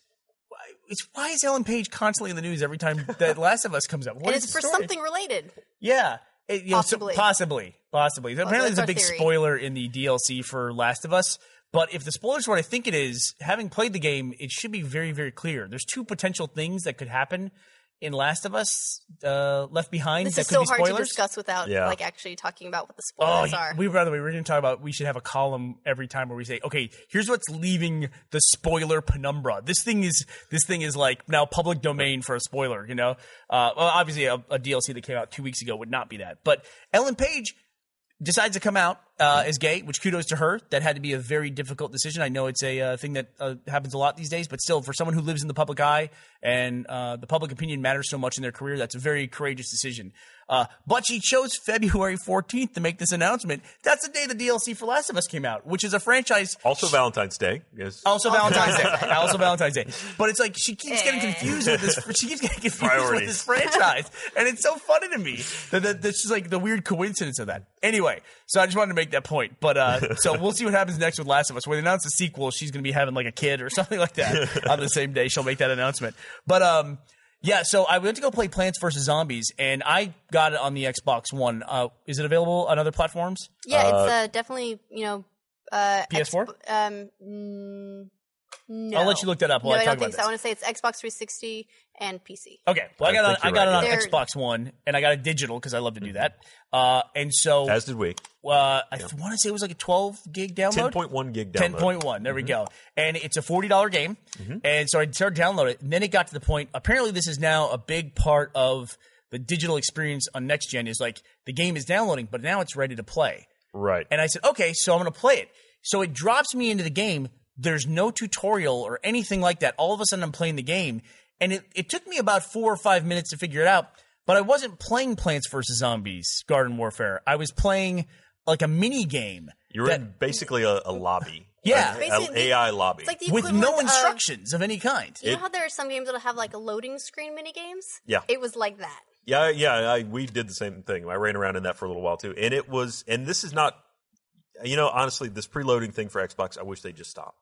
C: why- It's why is Ellen Page constantly in the news every time that
E: (laughs)
C: Last of Us comes up? What
E: and
C: is
E: it's
C: the
E: for
C: story?
E: something related.
C: Yeah. It- you know, so-
E: Possibly.
C: possibly. Possibly. Apparently,
E: that's
C: there's a
E: our
C: big
E: theory.
C: spoiler in the DLC for Last of Us. But if the spoiler's what I think it is, having played the game, it should be very, very clear. There's two potential things that could happen in Last of Us uh, Left Behind
E: This
C: that
E: is
C: could
E: so
C: be
E: hard
C: spoilers.
E: to discuss without
B: Yeah.
E: like actually talking about what the
C: Oh,
E: spoilers are.
C: we by the way, we're going to talk about. We should have a column every time where we say, "Okay, here's what's leaving the spoiler penumbra." This thing is this thing is like now public domain for a spoiler. You know, uh, well, obviously a, a DLC that came out two weeks ago would not be that. But Ellen Page decides to come out uh, as gay, which kudos to her. That had to be a very difficult decision. I know it's a uh, thing that uh, happens a lot these days, but still, for someone who lives in the public eye and uh, the public opinion matters so much in their career, that's a very courageous decision. Uh, but she chose February 14th to make this announcement. That's the day the DLC for Last of Us came out, which is a franchise
B: Also, Valentine's Day. Yes.
C: also Valentine's Day. also Valentine's Day. But it's like she keeps getting confused with this. She keeps getting confused with this franchise, and it's so funny to me that, that that's just like the weird coincidence of that. Anyway, so I just wanted to make that point. But uh, so we'll see what happens next with Last of Us. When they announce the sequel, she's going to be having like a kid or (laughs) something like that on the same day. She'll make that announcement. But um. Yeah, so I went to go play Plants vs Zombies, and I got it on the Xbox One. Uh, is it available on other platforms?
E: yeah, it's uh, definitely you know uh,
C: PS4?
E: Xb- um, mm, no.
C: I'll let you look that up while
E: no,
C: I
E: I
C: talk
E: don't
C: about
E: think so.
C: this.
E: I want to say it's Xbox 360 and PC.
C: Okay, well, I got
B: I think
C: it on, I
B: you're
C: got
B: right.
C: it on
E: They're-
C: Xbox One, and I got it digital because I love to do that. Uh, and so
B: As did we.
C: uh, I want to say it was like a 12 gig download.
B: 10.1 gig download. Mm-hmm.
C: Ten point one. There we go. And it's a forty dollar game. And so I started to download it. And then it got to the point. Apparently, this is now a big part of the digital experience on next gen. Is like the game is downloading, but now it's ready to play.
B: Right.
C: And I said, okay, so I'm going to play it. So it drops me into the game. There's no tutorial or anything like that. All of a sudden, I'm playing the game. And it, it took me about four or five minutes to figure it out. But I wasn't playing Plants vs. Zombies Garden Warfare. I was playing like a mini game.
B: You're in basically a, a lobby.
C: Yeah.
B: An- an
E: Basically,
B: AI lobby.
E: It's like the
C: with
E: equivalent
C: no
E: of-
C: instructions of, any kind.
E: you know how there are some games that'll have like loading screen mini games?
B: Yeah.
E: It was like that.
B: Yeah, yeah, I, we did the same thing. I ran around in that for a little while too, and it was. And this is not, you know, honestly, this preloading thing for Xbox. I wish they would just stop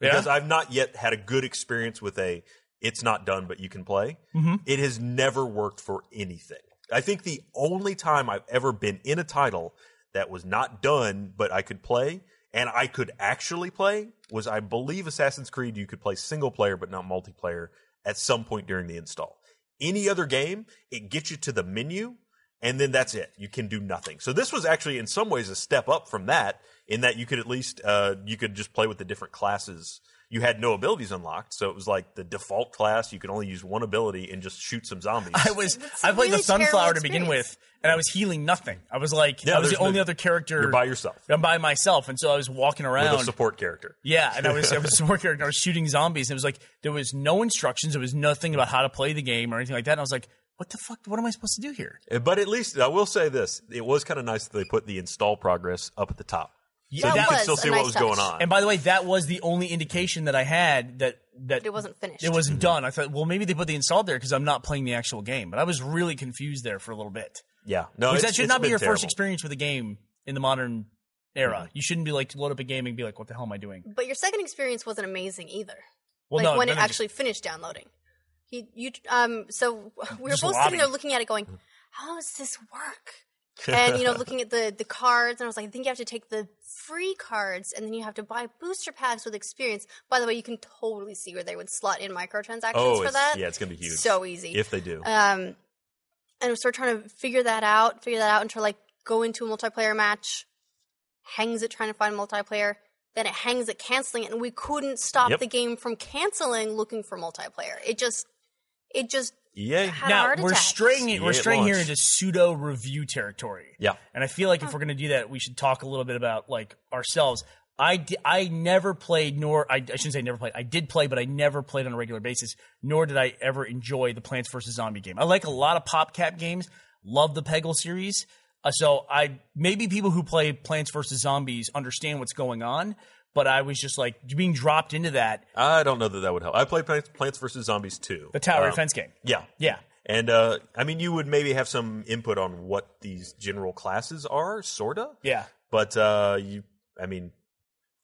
B: because I've not yet had a good experience with a. It's not done, but you can play. It has never worked for anything. I think the only time I've ever been in a title that was not done, but I could play and I could actually play was I believe Assassin's Creed. You could play single player, but not multiplayer at some point during the install any other game, it gets you to the menu, and then that's it. You can do nothing. So this was actually, in some ways, a step up from that. In that you could at least uh, you could just play with the different classes. You had no abilities unlocked, so it was like the default class. You could only use one ability and just shoot some zombies.
C: (laughs) I was
E: It's a
C: I played the
E: really terrible
C: sunflower to begin
E: experience.
C: with, and I was healing nothing. I was like
B: Yeah,
C: I was the
B: there's no-
C: only other character.
B: you're by yourself.
C: I'm by myself, and so I was walking
B: with
C: around.
B: a support character.
C: yeah, and I was I
B: (laughs)
C: was working. and I was shooting zombies, and it was like there was no instructions. There was nothing about how to play the game or anything like that. And I was like, what the fuck? What am I supposed to do here?
B: Uh, But at least I will say this: it was kind of nice that they put the install progress up at the top, so
C: that
B: you could
C: was
B: still
E: a
B: see
E: nice
B: what was
E: touch.
B: going on.
C: And by the way, that was the only indication that I had that that
E: It wasn't finished.
C: It wasn't done. I thought, well, maybe they put the install there because I'm not playing the actual game. But I was really confused there for a little bit.
B: yeah, no,
C: Which
B: it's-
C: that should
B: it's
C: not be
B: been
C: your first
B: terrible. Mm-hmm.
C: experience with a game in the modern era. You shouldn't be like load up a game and be like, "What the hell am I doing?"
E: But your second experience wasn't amazing either.
C: Well,
E: like
C: no,
E: when
C: then
E: it
C: I just-
E: actually finished downloading. He, you, um, so (laughs) we were
C: Just
E: both
C: lobby.
E: sitting there looking at it, going, "How does this
B: (laughs)
E: work?" And you know, looking at the the cards, and I was like, "I think you have to take the free cards, and then you have to buy booster packs with experience." By the way, you can totally see where they would slot in microtransactions
B: Oh,
E: for
B: it's-
E: that.
B: yeah, it's gonna be huge.
E: So easy
B: If they do,
C: Uh,
E: um, and so we're trying to figure that out, figure that out, and try to like go into a multiplayer match. Hangs it trying to find multiplayer, then it hangs it canceling it, and we couldn't stop
B: Yep.
E: the game from canceling looking for multiplayer. It just, it just
B: EA,
E: had a
C: Now
E: heart
C: we're
E: attack.
C: straying.
B: Yeah,
C: We're
B: it
C: straying here
B: launched.
C: into pseudo review territory.
B: Yeah.
C: and I feel like
E: Oh.
C: if we're going to do that, we should talk a little bit about like ourselves. I, di- I never played, nor I, I shouldn't say never played. I did play, but I never played on a regular basis. Nor did I ever enjoy the Plants vs Zombie game. I like a lot of PopCap games. Love the Peggle series. Uh, so I maybe people who play Plants vs Zombies understand what's going on, but I was just like being dropped into that
B: I don't know that that would help. I played Plants, Plants vs Zombies 2.
C: the tower
B: Um,
C: defense game.
B: Yeah,
C: Yeah.
B: And uh, I mean, you would maybe have some input on what these general classes are, sorta.
C: Yeah.
B: But uh, you, I mean,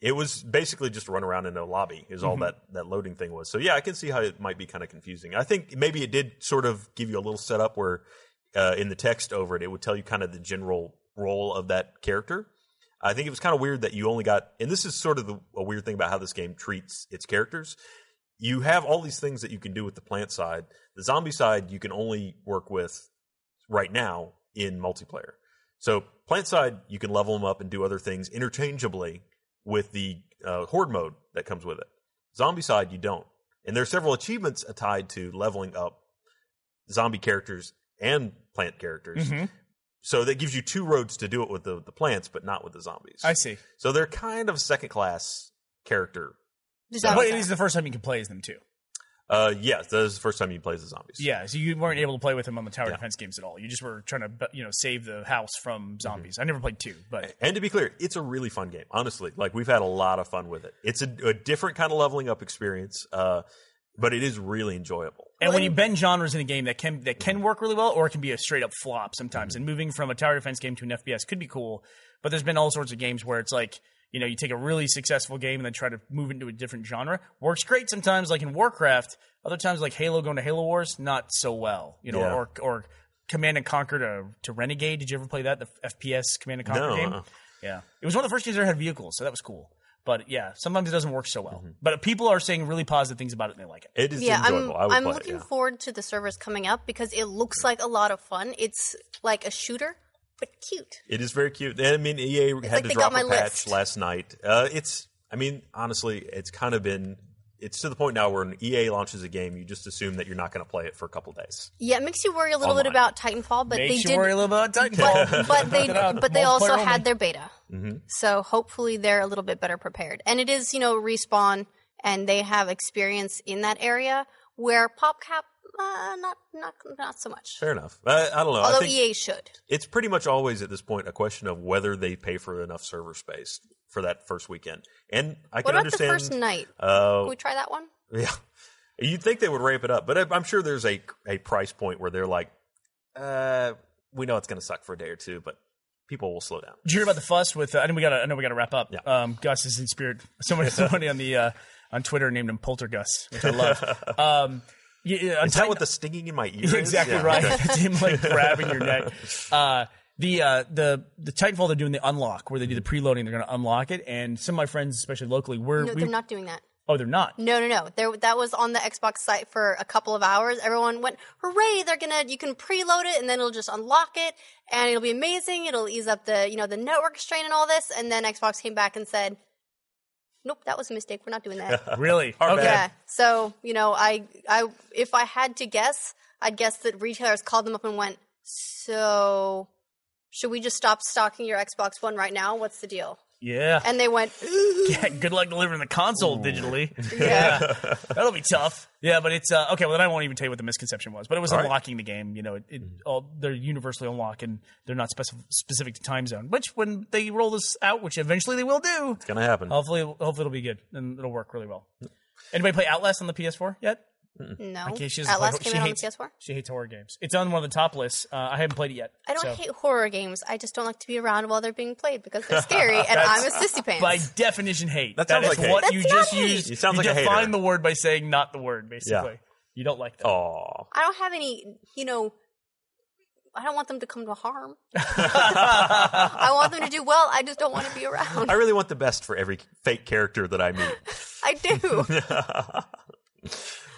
B: it was basically just run around in a lobby is all that that loading thing was. So yeah, I can see how it might be kind of confusing. I think maybe it did sort of give you a little setup where uh, in the text over it, it would tell you kind of the general role of that character. I think it was kind of weird that you only got, and this is sort of the, a weird thing about how this game treats its characters you have all these things that you can do with the plant side. The zombie side you can only work with right now in multiplayer. So plant side you can level them up and do other things interchangeably with the uh, horde mode that comes with it. Zombie side you don't, and there are several achievements tied to leveling up zombie characters and plant characters. So that gives you two roads to do it with the, the plants, but not with the zombies.
C: I see.
B: So they're kind of second class character
E: dissolved
C: But it
E: there.
C: is the first time you can play as them too.
B: Uh, yes, that is the first time you play as the zombies.
C: Yeah, so you weren't able to play with him on the tower defense games at all. You just were trying to, you know, save the house from zombies. I never played two, but
B: And to be clear, it's a really fun game. Honestly, like we've had a lot of fun with it. It's a, a different kind of leveling up experience, uh, but it is really enjoyable.
C: and when you bend genres in a game that can that can work really well, or it can be a straight up flop sometimes. And moving from a tower defense game to an FPS could be cool, but there's been all sorts of games where it's like you know you take a really successful game and then try to move into a different genre. Works great sometimes, like in Warcraft. Other times, like Halo going to Halo Wars, not so well. You know,
B: Yeah.
C: or or Command and Conquer to, to Renegade. Did you ever play that? The FPS Command and Conquer
B: No,
C: game.
B: uh-uh.
C: Yeah, it was one of the first games that had vehicles, so that was cool. But yeah, sometimes it doesn't work so well.
B: Mm-hmm.
C: But people are saying really positive things about it, and they like it.
B: It is
E: yeah, I'm,
B: enjoyable. I would
E: I'm
B: play
E: looking
B: it. Yeah.
E: forward to the servers coming up because it looks like a lot of fun. It's like a shooter, but cute.
B: It is very cute. And, I mean, EA had
E: like
B: to
E: they
B: drop
E: got my
B: a patch
E: list.
B: last night. Uh, it's, I mean, honestly, it's kind of been. It's to the point now where an EA launches a game, you just assume that you're not going to play it for a couple days.
E: Yeah, it makes you worry a little
B: Online.
E: bit about Titanfall, but
C: Makes
E: they
C: you
E: did.
C: worry a little about Titanfall.
B: (laughs)
E: but, but they
C: Check it out.
E: but they also
C: Multiplayer only.
E: had their beta,
B: Mm-hmm.
E: so hopefully they're a little bit better prepared. And it is you know respawn, and they have experience in that area where PopCap uh, not not not so much.
B: Fair enough. I, I don't know. I
E: Although E
B: think
E: EA should.
B: it's pretty much always at this point a question of whether they pay for enough server space for that first weekend. And I
E: What
B: can
E: about
B: understand.
E: the first night?
B: uh,
E: Can we try that one?
B: (laughs) Yeah, you'd think they would ramp it up, but I- I'm sure there's a a price point where they're like, uh, we know it's going to suck for a day or two, but people will slow down.
C: (laughs) Did you hear about the fuss with? Uh, I know we got. I know we got to wrap up.
B: Yeah.
C: Um, Gus is in spirit. (laughs) Somebody, somebody on the uh, on Twitter named him Poltergus, which I
B: (laughs)
C: love. um, yeah, yeah, on
B: Is that
C: Titan-
B: what the stinging in my ear?
C: (laughs)
B: is?
C: You're exactly
B: Yeah. (laughs)
C: right. It's him like grabbing your neck. Uh, the uh, the the Titanfall they're doing the unlock where they do the preloading. They're going to unlock it, and some of my friends, especially locally,
B: uh,
C: we're
E: No,
C: we-
E: they're not doing that.
C: oh they're not.
E: No, no, no. There, that was on the Xbox site for a couple of hours. Everyone went, "Hooray! They're gonna. You can preload it, and then it'll just unlock it, and it'll be amazing. It'll ease up the, you know, the network strain and all this." And then Xbox came back and said, "Nope, that was a mistake. We're not
C: (laughs)
E: doing that."
C: Really? okay.
E: yeah. So you know, I, I, if I had to guess, I'd guess that retailers called them up and went, "So, should we just stop stocking your Xbox One right now? What's the deal?"
C: Yeah. (laughs)
E: And they went,
C: Yeah, good luck delivering the console digitally. (laughs)
E: "Yeah."
C: That'll be tough. Yeah, but it's uh, okay. Well, then I won't even tell you what the misconception was, but it was
B: All right. Mm-hmm.
C: unlocking the game. You know, it, it, all, they're universally unlocked and they're not specif- specific to time zone. Which when they roll this out, which eventually they will do,
B: Gonna happen.
C: hopefully, hopefully it'll be good and it'll work really well. Anybody play Outlast on the PS4 yet?
E: no.
C: Okay, she doesn't play
E: Outlast
C: horror-
E: came
C: she
E: out on the
C: hates-
E: PS4.
C: She hates horror games. It's on one of the top lists. Uh, I haven't played it yet.
E: I don't
C: so-
E: hate horror games. I just don't like to be around while they're being played because they're scary and I'm a sissy pants.
C: By definition, hate.
B: That
C: that
B: sounds
C: is
B: like hate.
C: what
B: That's
C: you
E: not
C: just
E: hate.
C: used.
B: You sound like
C: you
B: a hater.
C: define the word by saying not the word, basically. You don't
B: Oh.
C: like that.
B: Aw.
E: I don't have any, you know, I don't want them to come to harm. I want them to do well. I just don't want to be around.
B: I really want the best for every fake character that I
E: (laughs)
B: meet.
E: I do.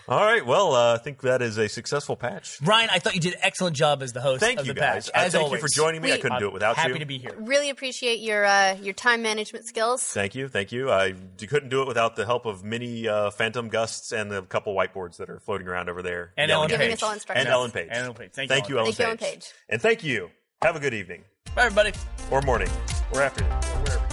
B: All right. Well, uh, I think that is a successful patch.
C: Ryan, I thought you did an excellent job as the host
B: Thank
C: of
B: you
C: the
B: guys.
C: patch.
B: Uh,
C: As
B: thank
C: always.
B: you for joining me. I
E: We-
B: couldn't do it without
C: Happy
B: you.
C: to be here.
E: Really appreciate your uh, your time management skills.
B: Thank you, thank you. I d- couldn't do it without the help of many uh, phantom gusts and the couple whiteboards that are floating around over there.
C: And Ellen
B: yelling at
C: Page.
B: me.
E: Giving us all instructions.
B: And Ellen Page.
C: And Ellen Page. Thank you,
B: thank you,
C: Ellen
B: Ellen
E: Thank you, Ellen
B: Page.
E: Page.
B: And thank you. Have a good evening
C: Bye, everybody.
B: or morning or afternoon or wherever.